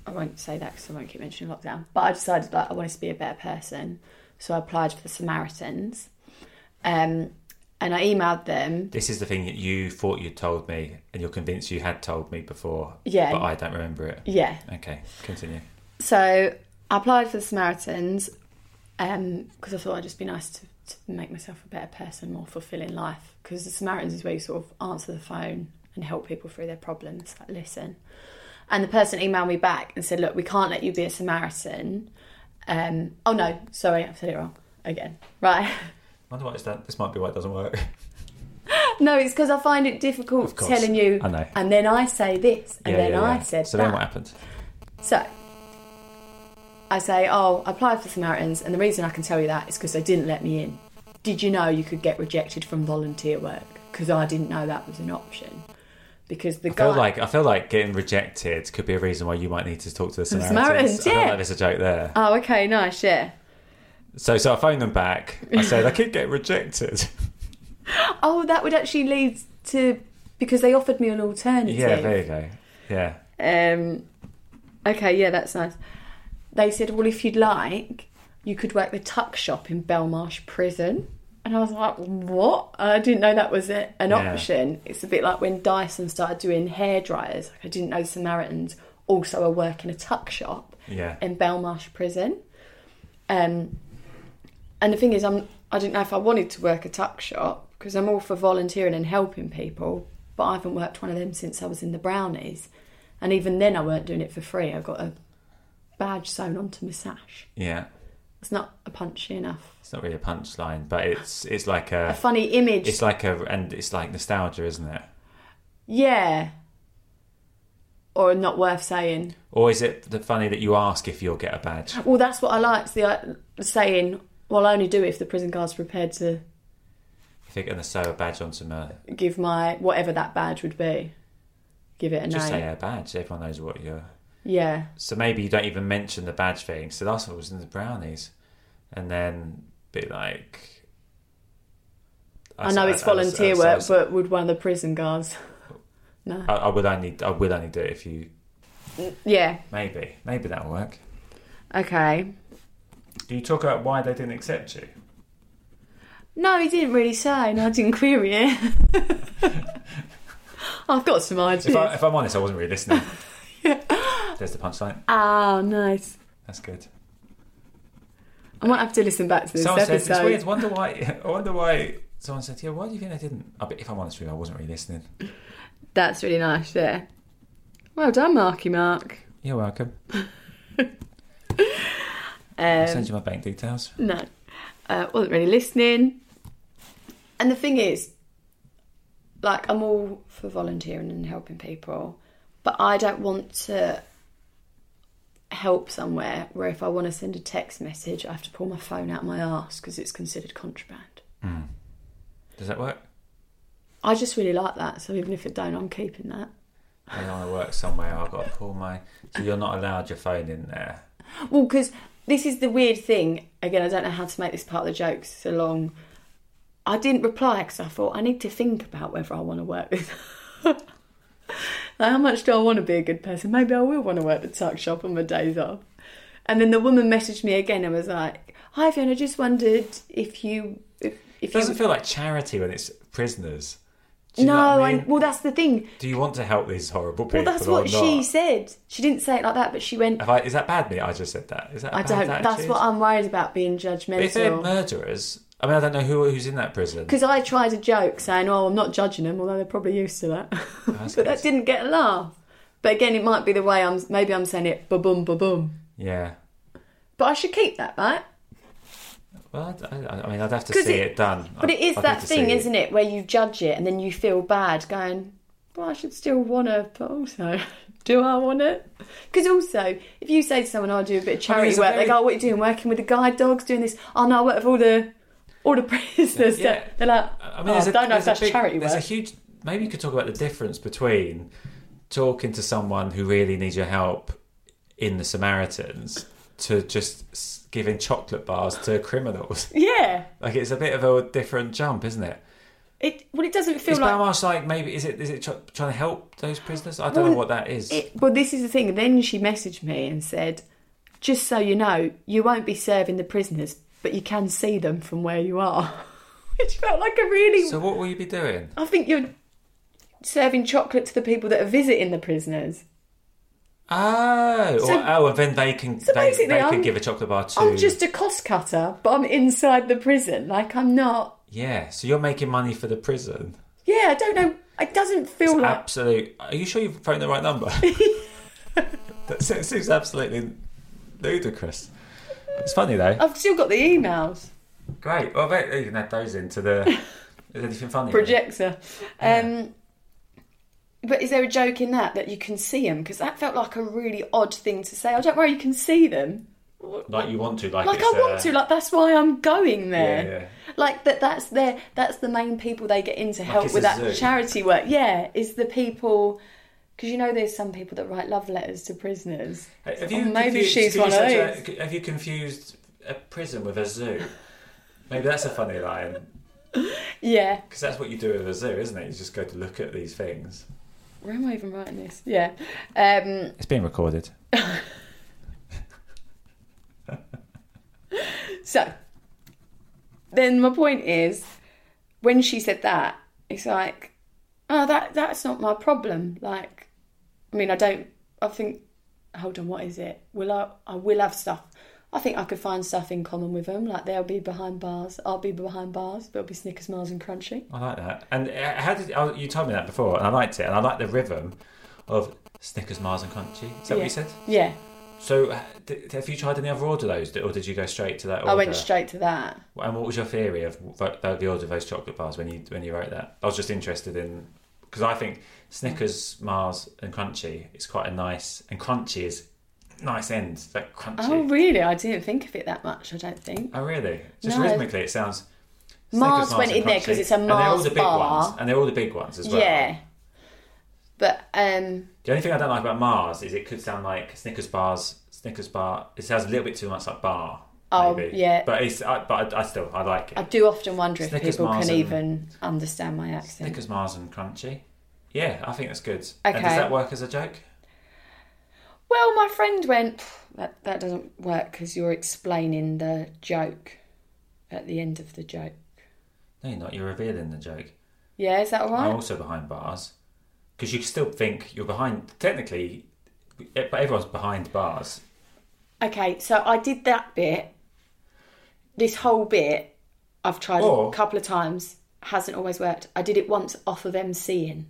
Speaker 4: I won't say that because I won't keep mentioning lockdown. But I decided like I wanted to be a better person, So I applied for the Samaritans. Um, and I emailed them.
Speaker 3: This is the thing that you thought you'd told me, and you're convinced you had told me before.
Speaker 4: Yeah.
Speaker 3: But I don't remember it.
Speaker 4: Yeah.
Speaker 3: Okay, continue.
Speaker 4: So I applied for the Samaritans because I thought it'd just be nice to, to make myself a better person, more fulfilling life. Because the Samaritans is where you sort of answer the phone and help people through their problems, like listen. And the person emailed me back and said, "Look, we can't let you be a Samaritan." Um, oh no, sorry, I've said it wrong again. Right?
Speaker 3: wonder why it's done. This might be why it doesn't work.
Speaker 4: no, it's because I find it difficult
Speaker 3: course.
Speaker 4: telling you.
Speaker 3: I know.
Speaker 4: And then I say this, and
Speaker 3: Yeah,
Speaker 4: then
Speaker 3: yeah,
Speaker 4: I
Speaker 3: yeah.
Speaker 4: said
Speaker 3: So
Speaker 4: that.
Speaker 3: then what happened?
Speaker 4: So I say, oh, I applied for Samaritans, and the reason I can tell you that is because they didn't let me in. Did you know you could get rejected from volunteer work? Because I didn't know that was an option. Because the
Speaker 3: I feel
Speaker 4: guy,
Speaker 3: like I feel like getting rejected could be a reason why you might need to talk to the Samaritans.
Speaker 4: Samaritans,
Speaker 3: I feel
Speaker 4: yeah.
Speaker 3: like there's a joke there.
Speaker 4: oh, okay, nice, yeah.
Speaker 3: So so I phoned them back. I said I could get rejected.
Speaker 4: Oh, that would actually lead to because they offered me an alternative.
Speaker 3: yeah, there you go. Yeah.
Speaker 4: Um, okay, yeah, that's nice. They said, well, if you'd like, you could work the tuck shop in Belmarsh Prison. And I was like, what? I didn't know that was a, an
Speaker 3: Yeah.
Speaker 4: option. It's a bit like when Dyson started doing hair dryers. Like, I didn't know Samaritans also are working a tuck shop
Speaker 3: Yeah.
Speaker 4: in Belmarsh Prison. Um, and the thing is, I'm I didn't know if I wanted to work a tuck shop because I'm all for volunteering and helping people, but I haven't worked one of them since I was in the Brownies, and even then I weren't doing it for free. I got a badge sewn onto my sash.
Speaker 3: Yeah.
Speaker 4: It's not a punchy enough,
Speaker 3: It's not really a punchline, but it's it's like
Speaker 4: a
Speaker 3: a
Speaker 4: funny image.
Speaker 3: it's like a and it's like nostalgia, isn't it?
Speaker 4: yeah, or not worth saying.
Speaker 3: Or is it the funny that you ask if you'll get a badge?
Speaker 4: Well, that's what I liked the uh, saying. Well, I only do it if the prison guard's prepared to
Speaker 3: If you're going to sew a badge onto my
Speaker 4: give my whatever that badge would be, give it a
Speaker 3: just
Speaker 4: name.
Speaker 3: say a badge. Everyone knows what you're.
Speaker 4: Yeah.
Speaker 3: So maybe you don't even mention the badge thing. So that's what was in the brownies, and then be like.
Speaker 4: I know it's volunteer work, but would one of the prison guards?
Speaker 3: I, I would only I would only do it if you
Speaker 4: Yeah.
Speaker 3: maybe maybe that'll work.
Speaker 4: Okay.
Speaker 3: Do you talk about why they didn't accept you?
Speaker 4: No, he didn't really say, and I didn't query it. I've got some
Speaker 3: If, I,
Speaker 4: ideas.
Speaker 3: if I'm honest, I wasn't really listening. There's the punchline.
Speaker 4: Ah, nice.
Speaker 3: That's good.
Speaker 4: I might have to listen back to this
Speaker 3: Someone said
Speaker 4: episode.
Speaker 3: it's weird. Wonder why? I wonder why. Someone said, "Yeah, why do you think they didn't?" I, bet- if I'm honest with you, I wasn't really listening.
Speaker 4: That's really nice. Yeah. Well done, Marky Mark.
Speaker 3: You're welcome. I'll
Speaker 4: Um,
Speaker 3: send you my bank details.
Speaker 4: no, uh, wasn't really listening. And the thing is, like, I'm all for volunteering and helping people, but I don't want to help somewhere where if I want to send a text message, I have to pull my phone out my arse because it's considered contraband.
Speaker 3: Does that work?
Speaker 4: I just really like that, so even if it don't, I'm keeping that.
Speaker 3: I don't want to work somewhere. I've got to pull my. So you're not allowed your phone in there.
Speaker 4: Well, because this is the weird thing. Again, I don't know how to make this part of the joke so long. I didn't reply because I thought I need to think about whether I want to work with. like, how much do I want to be a good person? Maybe I will want to work the tuck shop on my days off. And then the woman messaged me again and was like, "Hi, Fiona. Just wondered if you if,
Speaker 3: It
Speaker 4: if you
Speaker 3: doesn't feel like charity when it's prisoners. Do you
Speaker 4: no.
Speaker 3: know what I mean?
Speaker 4: well, that's the thing.
Speaker 3: Do you want to help these horrible people?
Speaker 4: Well, that's
Speaker 3: or
Speaker 4: what she
Speaker 3: not?
Speaker 4: said. She didn't say it like that, but she went,
Speaker 3: Have I, is that bad? Me? I just said that. Is that? a
Speaker 4: "I
Speaker 3: bad
Speaker 4: don't." That's
Speaker 3: attitude?
Speaker 4: what I'm worried about being judgmental.
Speaker 3: But if they're murderers, I mean, I don't know who who's in that prison.
Speaker 4: Because I tried a joke saying, "Oh, I'm not judging them," although they're probably used to that. but
Speaker 3: Oh, good.
Speaker 4: that didn't get a laugh. But again, it might be the way I'm. Maybe I'm saying it, ba boom, ba boom.
Speaker 3: Yeah.
Speaker 4: But I should keep that, right?
Speaker 3: Well, I, I- I mean, I'd have to
Speaker 4: 'Cause
Speaker 3: see
Speaker 4: it-
Speaker 3: it, done.
Speaker 4: But it is
Speaker 3: I'd
Speaker 4: that thing, isn't it, where you judge it and then you feel bad, going, "Well, I should still want to," but also, do I want it? Because also, if you say to someone, "Oh, "I do a bit of charity
Speaker 3: it's a
Speaker 4: work,"
Speaker 3: very-
Speaker 4: they go, oh, "What are you doing? Working with the guide dogs? Doing this?" Oh no, I work with all the all the prisoners.
Speaker 3: Yeah.
Speaker 4: They're like,
Speaker 3: I
Speaker 4: "Oh,
Speaker 3: mean, there's a-
Speaker 4: I don't know
Speaker 3: there's
Speaker 4: if
Speaker 3: a
Speaker 4: that's
Speaker 3: big-
Speaker 4: charity
Speaker 3: There's a
Speaker 4: work."
Speaker 3: huge. Maybe you could talk about the difference between talking to someone who really needs your help in the Samaritans to just s- giving chocolate bars to criminals.
Speaker 4: Yeah,
Speaker 3: like it's a bit of a different jump, isn't it?
Speaker 4: it well, it doesn't feel
Speaker 3: Is
Speaker 4: like
Speaker 3: Belmarsh like maybe is it is it tr- trying to help those prisoners? I don't know
Speaker 4: Well,
Speaker 3: what that is.
Speaker 4: It, well, this is the thing. Then she messaged me and said, "Just so you know, you won't be serving the prisoners, but you can see them from where you are, which felt like a really.
Speaker 3: So what will you be doing?
Speaker 4: I think you're serving chocolate to the people that are visiting the prisoners.
Speaker 3: Oh,
Speaker 4: So-
Speaker 3: or, oh, and then they can
Speaker 4: So
Speaker 3: they,
Speaker 4: basically,
Speaker 3: they
Speaker 4: I'm-
Speaker 3: could give a chocolate bar to
Speaker 4: I'm just a cost cutter, but I'm inside the prison. Like I'm not.
Speaker 3: yeah. So you're making money for the prison.
Speaker 4: Yeah, I don't know. It doesn't feel like.
Speaker 3: Absolute. Are you sure you've phoned the right number? that se- seems absolutely ludicrous. It's funny though.
Speaker 4: I've still got the emails.
Speaker 3: Great. Well, there- you can add those into the. Is there anything funny? in it?
Speaker 4: projector. Um, but is there a joke in that that you can see them? Because that felt like a really odd thing to say. I don't worry, you can see them.
Speaker 3: Like you want to. Like,
Speaker 4: Like
Speaker 3: it's,
Speaker 4: I want
Speaker 3: uh,
Speaker 4: to. Like that's why I'm going there.
Speaker 3: Yeah, yeah.
Speaker 4: Like that. That's their. That's the main people they get in to help
Speaker 3: it's a
Speaker 4: with that
Speaker 3: zoo.
Speaker 4: charity work. Yeah, is the people. Because you know, there's some people that write love letters to prisoners.
Speaker 3: Have
Speaker 4: Or
Speaker 3: you
Speaker 4: maybe
Speaker 3: confused-
Speaker 4: she's
Speaker 3: could you
Speaker 4: one of
Speaker 3: say
Speaker 4: those.
Speaker 3: to- have you confused a prison with a zoo? Maybe that's a funny line
Speaker 4: Yeah.
Speaker 3: because that's what you do with a zoo, isn't it? You just go to look at these things.
Speaker 4: Where am I even writing this? Yeah. Um,
Speaker 3: It's being recorded.
Speaker 4: So then my point is when she said that, it's like, oh that that's not my problem. Like I mean I don't I think hold on, what is it? Will I I will have stuff. I think I could find stuff in common with them. Like they'll be behind bars, I'll be behind bars, there'll be Snickers Mars and Crunchy.
Speaker 3: I like that. And uh, how did oh, you told me that before, and I liked it, and I like the rhythm of Snickers, Mars, and Crunchy. Is that what
Speaker 4: Yeah.
Speaker 3: you said?
Speaker 4: Yeah.
Speaker 3: So, uh, did, have you tried any other order those, or did you go straight to that? Order?
Speaker 4: I went straight to that.
Speaker 3: And what was your theory of vo- the order of those chocolate bars when you when you wrote that? I was just interested in because I think Snickers, Mars, and Crunchy is quite a nice and Crunchy is nice end that Crunchy.
Speaker 4: Oh really? I didn't think of it that much, I don't think.
Speaker 3: Oh, really? Just
Speaker 4: No.
Speaker 3: rhythmically, it sounds.
Speaker 4: Mars
Speaker 3: Snickers,
Speaker 4: went
Speaker 3: and
Speaker 4: in there 'cause
Speaker 3: Crunchy,
Speaker 4: it's a
Speaker 3: and they're all
Speaker 4: Mars
Speaker 3: the big
Speaker 4: bar.
Speaker 3: ones, and they're all the big ones as well.
Speaker 4: Yeah. But um
Speaker 3: The only thing I don't like about Mars is it could sound like Snickers bars. Snickers bar. It sounds a little bit too much like bar.
Speaker 4: Oh,
Speaker 3: maybe.
Speaker 4: yeah.
Speaker 3: But it's. I, but I, I still I like it.
Speaker 4: I do often wonder if
Speaker 3: Snickers
Speaker 4: people
Speaker 3: Mars
Speaker 4: can
Speaker 3: and-
Speaker 4: even understand my accent.
Speaker 3: Snickers, Mars, and Crunchy. Yeah, I think that's good. And does
Speaker 4: Okay.
Speaker 3: that work as a joke?
Speaker 4: Well, my friend went, "Pff, that, that doesn't work because you're explaining the joke at the end of the joke.
Speaker 3: No, you're not. You're revealing the joke.
Speaker 4: Yeah, is that
Speaker 3: I'm
Speaker 4: all right?
Speaker 3: also behind bars because you still think you're behind. Technically, but everyone's behind bars. Oh.
Speaker 4: Okay, so I did that bit. This whole bit, I've tried
Speaker 3: Or-
Speaker 4: a couple of times, hasn't always worked. I did it once off of MCing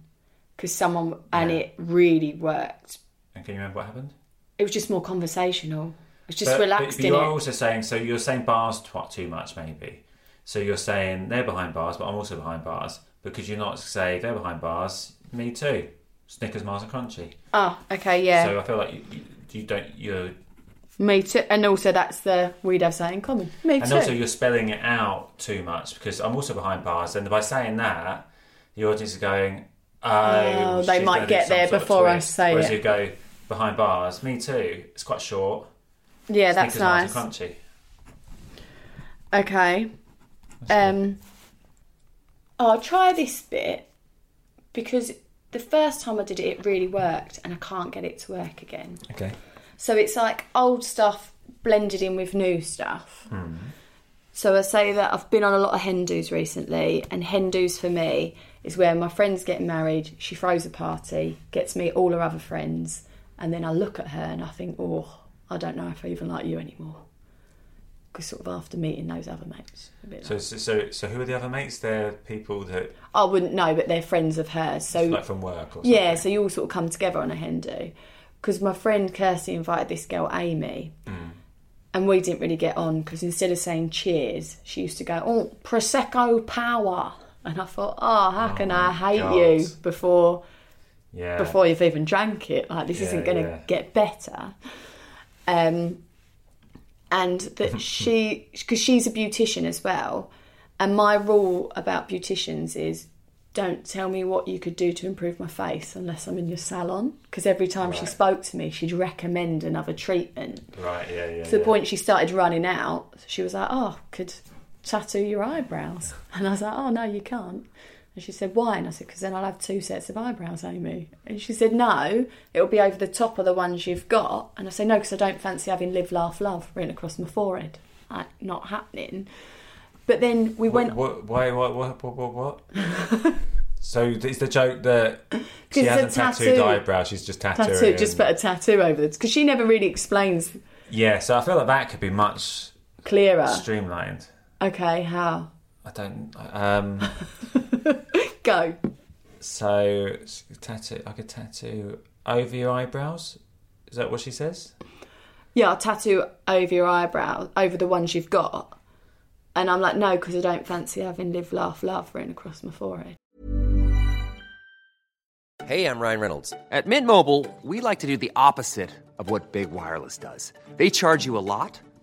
Speaker 4: because someone, and it really worked.
Speaker 3: And can you remember what happened?
Speaker 4: It was just more conversational. It was just
Speaker 3: But- but-
Speaker 4: relaxed
Speaker 3: But
Speaker 4: in
Speaker 3: you are
Speaker 4: it.
Speaker 3: also saying so. You're saying bars twat too much, maybe. So you're saying they're behind bars, but I'm also behind bars because you're not say they're behind bars. Me too. Snickers, Mars, and Crunchy.
Speaker 4: Ah, okay, yeah.
Speaker 3: So I feel like you, you, you don't. You're
Speaker 4: Me too. And also, that's the we'd have something in common. Me
Speaker 3: And
Speaker 4: too.
Speaker 3: also, you're spelling it out too much because I'm also behind bars, and by saying that, the audience is going, "Oh,
Speaker 4: Oh, they
Speaker 3: she's
Speaker 4: might
Speaker 3: gonna do
Speaker 4: get
Speaker 3: some
Speaker 4: there
Speaker 3: sort of
Speaker 4: before I
Speaker 3: twist."
Speaker 4: say
Speaker 3: Whereas
Speaker 4: it.
Speaker 3: you go behind bars, me too. It's quite short.
Speaker 4: yeah, that's
Speaker 3: Snickers, Mars
Speaker 4: nice.
Speaker 3: and Crunchy.
Speaker 4: Okay. Um, I'll try this bit because the first time I did it, it really worked, and I can't get it to work again.
Speaker 3: Okay.
Speaker 4: So it's like old stuff blended in with new stuff. So I say that I've been on a lot of Hindus recently, and Hindus for me is where my friend's getting married, she throws a party, gets me all her other friends, and then I look at her and I think, oh, I don't know if I even like you anymore. Because sort of after meeting those other mates, a bit
Speaker 3: So,
Speaker 4: like,
Speaker 3: so, so, so who are the other mates? They're people that
Speaker 4: I wouldn't know, but they're friends of hers. So
Speaker 3: like from work or something.
Speaker 4: Oh, yeah, so you all sort of come together on a hen do. Because my friend Kirsty invited this girl Amy,
Speaker 3: Mm.
Speaker 4: and we didn't really get on because instead of saying cheers, she used to go, "Oh, prosecco power," and I thought, "Oh, how can I
Speaker 3: my
Speaker 4: hate
Speaker 3: God.
Speaker 4: you before
Speaker 3: yeah.
Speaker 4: before you've even drank it? Like this
Speaker 3: Yeah,
Speaker 4: isn't going to
Speaker 3: yeah.
Speaker 4: get better." Um, and that she, because she's a beautician as well, and my rule about beauticians is don't tell me what you could do to improve my face unless I'm in your salon. Because every time she
Speaker 3: Right.
Speaker 4: spoke to me, she'd recommend another treatment.
Speaker 3: right, yeah, yeah.
Speaker 4: To the
Speaker 3: yeah.
Speaker 4: point she started running out, she was like, Oh, could tattoo your eyebrows. And I was like, Oh, no, you can't. And she said, Why? And I said, Because then I'll have two sets of eyebrows, Amy. And she said, No, it'll be over the top of the ones you've got. And I said, No, because I don't fancy having live, laugh, love written across my forehead. uh, not happening. But then we went
Speaker 3: What? Why? What? What? What? What? what? so it's the joke that she
Speaker 4: it's a
Speaker 3: hasn't tattooed
Speaker 4: tattoo.
Speaker 3: eyebrow. She's just tattooing.
Speaker 4: tattoo, just put a tattoo over it because she never really explains
Speaker 3: Yeah. So I feel like that could be much
Speaker 4: clearer.
Speaker 3: streamlined.
Speaker 4: Okay, how?
Speaker 3: I don't. Um.
Speaker 4: Go.
Speaker 3: So s- tattoo. I could tattoo over your eyebrows. Is that what she says?
Speaker 4: Yeah, I'll tattoo over your eyebrow, over the ones you've got. And I'm like, no, because I don't fancy having live, laugh, love written across my forehead.
Speaker 5: Hey, I'm Ryan Reynolds. At Mint Mobile, we like to do the opposite of what Big Wireless does. They charge you a lot,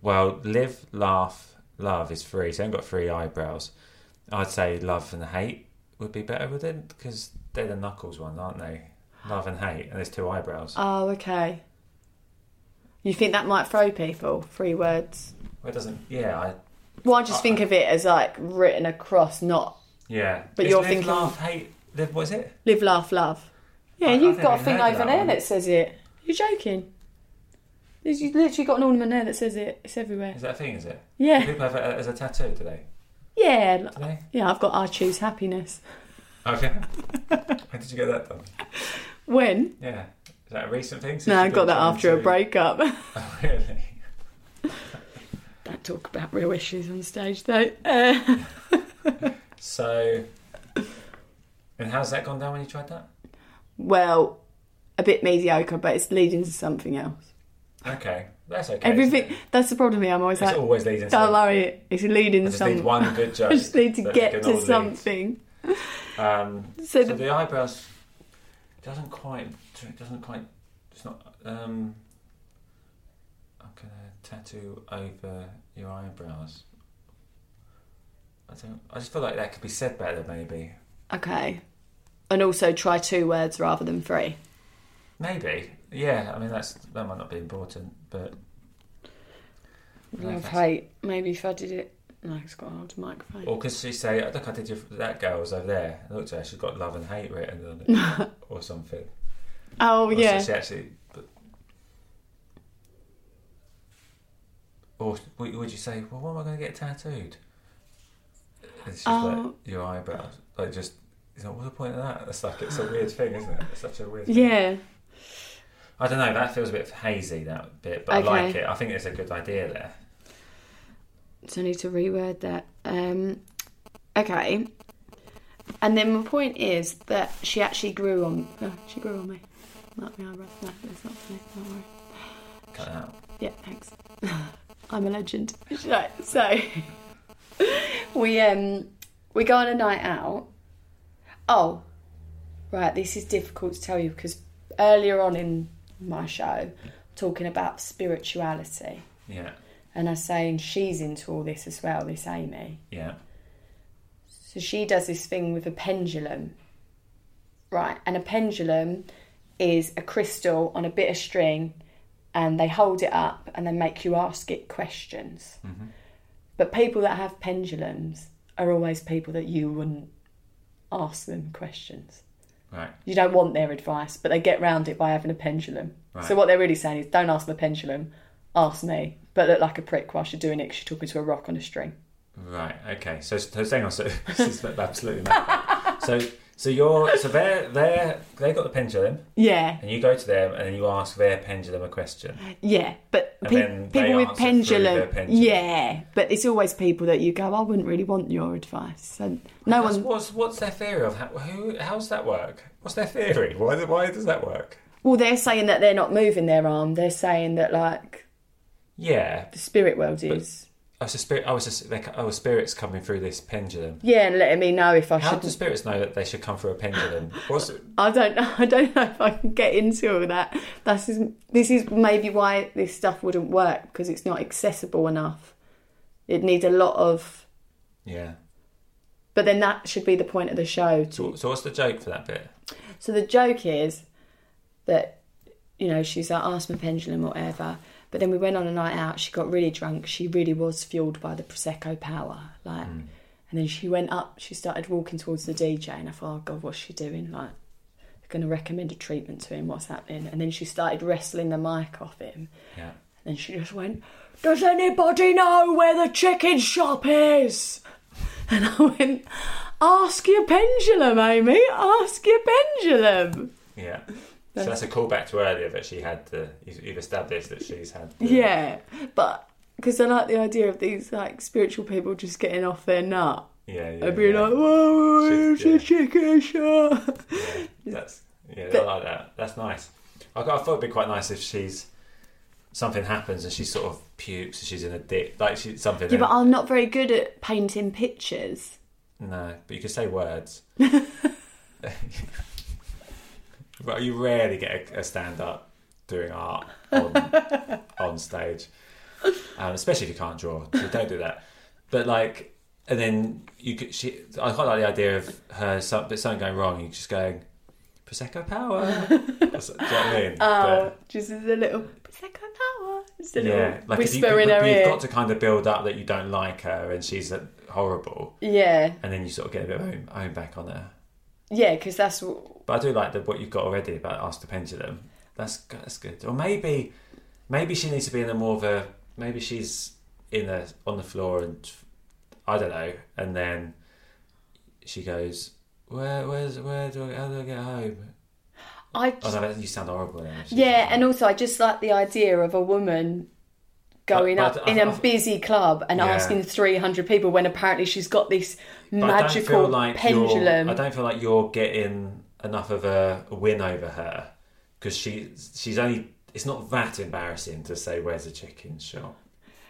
Speaker 3: Well, live, laugh, love is free. So I ain't got three eyebrows. I'd say love and hate would be better with it because they're the knuckles one, aren't they? Love and hate, and there's two eyebrows.
Speaker 4: Oh, okay. You think that might throw people? Three words.
Speaker 3: Well, it doesn't. Yeah, I.
Speaker 4: Well, I just think of it as like written across, not
Speaker 3: Yeah.
Speaker 4: But
Speaker 3: It's
Speaker 4: you're
Speaker 3: live,
Speaker 4: thinking-
Speaker 3: laugh, hate. Live, what is it?
Speaker 4: live, laugh, love. Yeah,
Speaker 3: I- I
Speaker 4: you've
Speaker 3: think
Speaker 4: got
Speaker 3: I
Speaker 4: a thing
Speaker 3: know
Speaker 4: over
Speaker 3: that
Speaker 4: there
Speaker 3: one.
Speaker 4: that says it. You're joking. There's- You've literally got an ornament there that says it. It's everywhere.
Speaker 3: Is that a thing? Is it?
Speaker 4: Yeah.
Speaker 3: Do People have it as a tattoo today.
Speaker 4: Yeah.
Speaker 3: Do they?
Speaker 4: Yeah, I've got I choose happiness.
Speaker 3: Okay. When did you get that done?
Speaker 4: When?
Speaker 3: Yeah. Is that a recent thing? Since
Speaker 4: No, I
Speaker 3: you've
Speaker 4: got that
Speaker 3: done
Speaker 4: after a
Speaker 3: two-
Speaker 4: breakup.
Speaker 3: Oh, really?
Speaker 4: Don't talk about real issues on stage though. Uh,
Speaker 3: So. And how's that gone down when you tried that?
Speaker 4: well, a bit mediocre, but it's leading to something else.
Speaker 3: Okay, that's okay. isn't it?
Speaker 4: Everything. That's the problem here. I'm always
Speaker 3: It's
Speaker 4: like,
Speaker 3: always leading to
Speaker 4: Don't
Speaker 3: something.
Speaker 4: worry, it's leading
Speaker 3: I
Speaker 4: to
Speaker 3: just need
Speaker 4: something.
Speaker 3: one good joke.
Speaker 4: I just need to
Speaker 3: that we
Speaker 4: get
Speaker 3: can
Speaker 4: to
Speaker 3: all lead.
Speaker 4: something.
Speaker 3: Um,
Speaker 4: So
Speaker 3: so,
Speaker 4: the-
Speaker 3: the, eyebrows doesn't quite. It doesn't quite. It's not. Um, I'm gonna tattoo over your eyebrows. I don't. I just feel like that could be said better, maybe.
Speaker 4: Okay. And also try two words rather than three.
Speaker 3: Maybe. Yeah. I mean, that's that might not be important, but
Speaker 4: Love hate. Maybe if I did it. No, it's got a hard microphone.
Speaker 3: or could she say, "Look, I did your, that girl was over there. I looked at her. She's got love and hate written on it, or something."
Speaker 4: Oh
Speaker 3: Or
Speaker 4: yeah.
Speaker 3: she- she actually. But, or would would you say, well, what am I going to get tattooed? It's just like
Speaker 4: Oh.
Speaker 3: your eyebrows. Like, just. You know, what's the point of that? It's like, it's a weird thing, isn't it? It's such a weird thing.
Speaker 4: Yeah.
Speaker 3: I don't know, that feels a bit hazy, that bit, but
Speaker 4: Okay.
Speaker 3: I like it. I think it's a good idea there.
Speaker 4: So I need to reword that. Um, okay. And then my point is that she actually grew on. Oh, she grew on me. Not my eyebrows. No, that's not funny. Don't worry.
Speaker 3: Cut it out.
Speaker 4: Yeah, thanks. I'm a legend. Right, so we um we go on a night out. Oh, right. This is difficult to tell you because earlier on in my show, talking about spirituality,
Speaker 3: Yeah,
Speaker 4: and I was saying she's into all this as well. This Amy,
Speaker 3: yeah.
Speaker 4: so she does this thing with a pendulum. Right, and a pendulum is a crystal on a bit of string and they hold it up and they make you ask it questions. But people that have pendulums are always people that you wouldn't ask them questions.
Speaker 3: Right.
Speaker 4: You don't want their advice, but they get round it by having a pendulum. So what they're really saying is, don't ask my pendulum, ask me. But look like a prick whilst you're doing it 'cause you're talking to a rock on a string.
Speaker 3: Right. Okay. So, so hang on. So this is absolutely mad. So so you're so they're they they got the pendulum,
Speaker 4: Yeah,
Speaker 3: and you go to them, and then you ask their pendulum a question.
Speaker 4: yeah. But
Speaker 3: And
Speaker 4: pe-
Speaker 3: then they
Speaker 4: people with
Speaker 3: answer through
Speaker 4: pendulum,
Speaker 3: their pendulum.
Speaker 4: yeah. But it's always people that you go, I wouldn't really want your advice. And no
Speaker 3: That's-
Speaker 4: one.
Speaker 3: what's what's their theory of how, who? How's that work? What's their theory? Why do- why does that work?
Speaker 4: Well, they're saying that they're not moving their arm. They're saying that like
Speaker 3: Yeah,
Speaker 4: the spirit world is.
Speaker 3: I was a spirit. I was just like, oh, spirits coming through this pendulum.
Speaker 4: yeah, and letting me know if I
Speaker 3: How
Speaker 4: should.
Speaker 3: do spirits know that they should come through a pendulum? What's,
Speaker 4: I don't know. I don't know if I can get into all that. This is this is maybe why this stuff wouldn't work because it's not accessible enough. It needs a lot of.
Speaker 3: yeah.
Speaker 4: But then that should be the point of the show. To,
Speaker 3: So, so what's the joke for that bit?
Speaker 4: so the joke is that you know she's like asked my pendulum or whatever. But then we went on a night out. She got really drunk. She really was fueled by the prosecco power. Like, and then she went up. She started walking towards the DJ, and I thought, oh god, what's she doing? Like, going to recommend a treatment to him. What's happening? And then she started wrestling the mic off him.
Speaker 3: Yeah.
Speaker 4: And she just went, Does anybody know where the chicken shop is? And I went, Ask your pendulum, Amy. Ask your pendulum.
Speaker 3: Yeah. So that's a callback to earlier that she had. The, you've you've established that she's had. The,
Speaker 4: Yeah. But because I like the idea of these like spiritual people just getting off their nut.
Speaker 3: Yeah. yeah
Speaker 4: I'd be
Speaker 3: yeah.
Speaker 4: like, Whoa,
Speaker 3: Shit,
Speaker 4: it's a
Speaker 3: yeah.
Speaker 4: chicken shop.
Speaker 3: That's yeah, I like that. That's nice. I, got- I thought it'd be quite nice if she's something happens and she sort of pukes and she's in a dip, like she something.
Speaker 4: Yeah, but I'm not very good at painting pictures.
Speaker 3: No, but you could say words. but you rarely get a, a stand up doing art on, on stage, um, especially if you can't draw. So don't do that. But like, and then you could. She, I quite like the idea of her some, but something going wrong. You just going prosecco power. do you know what I
Speaker 4: Oh,
Speaker 3: mean? But-
Speaker 4: Just as a little prosecco power. Just a
Speaker 3: yeah,
Speaker 4: little
Speaker 3: like if you,
Speaker 4: whisper in
Speaker 3: but
Speaker 4: her
Speaker 3: you've
Speaker 4: ear.
Speaker 3: got to kind of build up that you don't like her and she's uh, horrible,
Speaker 4: Yeah,
Speaker 3: and then you sort of get a bit of own, own back on her.
Speaker 4: yeah, because that's w-
Speaker 3: But I do like the, what you've got already about Ask the Pendulum. That's go- that's good. Or maybe maybe she needs to be in a more of a maybe she's in a on the floor and I don't know. And then she goes, "Where where's where do I how do I get home?"
Speaker 4: I
Speaker 3: Oh
Speaker 4: just,
Speaker 3: no, that- you sound horrible. Then. She's
Speaker 4: yeah,
Speaker 3: like-
Speaker 4: and also I just like the idea of a woman going
Speaker 3: But- but
Speaker 4: up
Speaker 3: I-
Speaker 4: in a
Speaker 3: I-
Speaker 4: busy club and
Speaker 3: Yeah.
Speaker 4: asking 300 people when apparently she's got this
Speaker 3: But
Speaker 4: magical
Speaker 3: you're-
Speaker 4: pendulum.
Speaker 3: I don't feel like you're getting enough of a win over her because she she's only. It's not that embarrassing to say where's the chicken shop,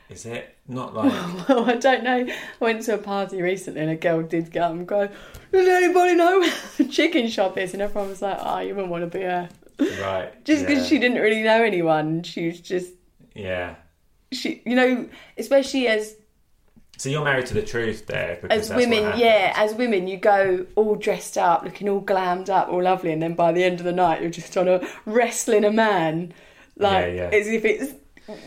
Speaker 3: is it? Not like
Speaker 4: Well, I don't know. I went to a party recently and a girl did go and go, Does anybody know where the chicken shop is? And everyone was like, Oh, you wouldn't want to be her.
Speaker 3: right.
Speaker 4: Just because
Speaker 3: yeah,
Speaker 4: she didn't really know anyone. She was just,
Speaker 3: Yeah.
Speaker 4: she, you know, especially as
Speaker 3: So you're married to the truth there because
Speaker 4: as
Speaker 3: that's what
Speaker 4: women, yeah,
Speaker 3: happens.
Speaker 4: as women, you go all dressed up, looking all glammed up, all lovely, and then by the end of the night, you're just on a wrestling a man, like
Speaker 3: Yeah, yeah.
Speaker 4: as if it's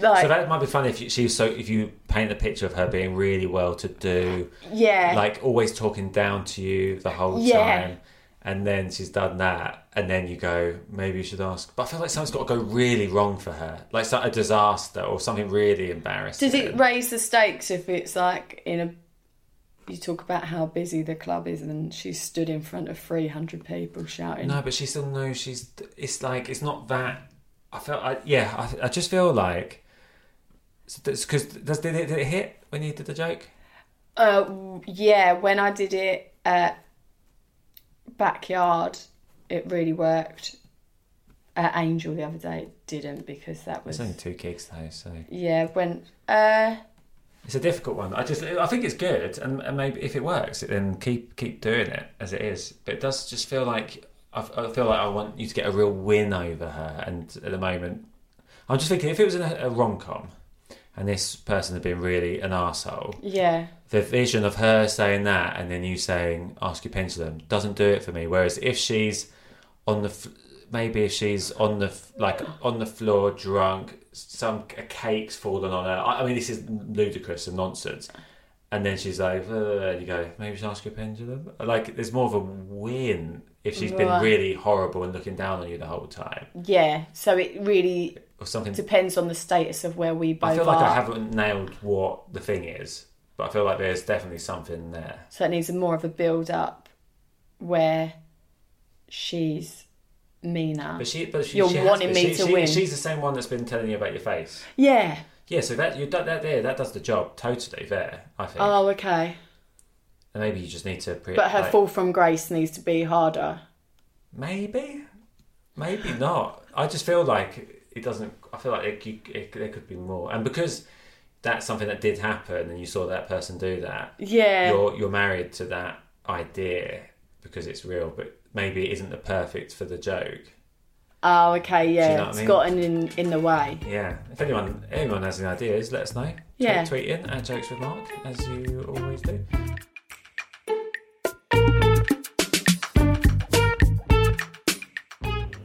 Speaker 4: like
Speaker 3: So that might be funny if you, she's so if you paint the picture of her being really well to do,
Speaker 4: yeah,
Speaker 3: like always talking down to you the whole
Speaker 4: Yeah.
Speaker 3: time. And then she's done that, and then you go, maybe you should ask. But I feel like something's got to go really wrong for her, like so- a disaster or something really embarrassing.
Speaker 4: does it raise the stakes if it's like in a you talk about how busy the club is, and she's stood in front of three hundred people shouting.
Speaker 3: No, but she still knows she's. It's like it's not that. I felt. I, yeah, I, I just feel like. Because does did it, did it hit when you did the joke?
Speaker 4: Uh, w- yeah, when I did it at backyard, it really worked. At Angel the other day, it didn't because that was
Speaker 3: It's only two gigs though, so
Speaker 4: Yeah, when uh
Speaker 3: it's a difficult one. I just I think it's good, and, and maybe if it works, then keep keep doing it as it is. But it does just feel like I, f- I feel like I want you to get a real win over her, and at the moment, I'm just thinking if it was in a, a rom com, and this person had been really an asshole,
Speaker 4: yeah.
Speaker 3: the vision of her saying that and then you saying ask your pendulum doesn't do it for me whereas if she's on the f- maybe if she's on the f- like on the floor drunk some c- cakes fallen on her. I, I mean, this is ludicrous and nonsense. And then she's like, uh, and you go, maybe she'll ask you a pendulum. Like, there's more of a win if she's been
Speaker 4: Right.
Speaker 3: really horrible and looking down on you the whole time,
Speaker 4: Yeah, so it really
Speaker 3: or something.
Speaker 4: depends on the status of where we both
Speaker 3: I feel
Speaker 4: are.
Speaker 3: like I haven't nailed what the thing is, but I feel like there's definitely something there.
Speaker 4: So it needs more of a build up where she's meaner.
Speaker 3: But she, but she,
Speaker 4: You're
Speaker 3: she has
Speaker 4: wanting
Speaker 3: been-
Speaker 4: me
Speaker 3: she-
Speaker 4: to
Speaker 3: she-
Speaker 4: win.
Speaker 3: She's the same one that's been telling you about your face.
Speaker 4: yeah.
Speaker 3: Yeah, so that you that, that there that does the job totally there. I think.
Speaker 4: Oh, okay.
Speaker 3: and maybe you just need to. Pre-
Speaker 4: But her
Speaker 3: like-
Speaker 4: fall from grace needs to be harder.
Speaker 3: Maybe, maybe not. I just feel like it doesn't. I feel like it, you- it, there could be more, and because that's something that did happen, and you saw that person do that.
Speaker 4: Yeah.
Speaker 3: You're you're married to that idea because it's real, but maybe it isn't the perfect for the joke.
Speaker 4: Oh, okay.
Speaker 3: Do you
Speaker 4: Yeah,
Speaker 3: know what I
Speaker 4: it's
Speaker 3: mean?
Speaker 4: gotten in in the way.
Speaker 3: Yeah. If anyone anyone has any ideas, let us know.
Speaker 4: Yeah.
Speaker 3: Tweet, tweet in at jokes with Mark as you always do.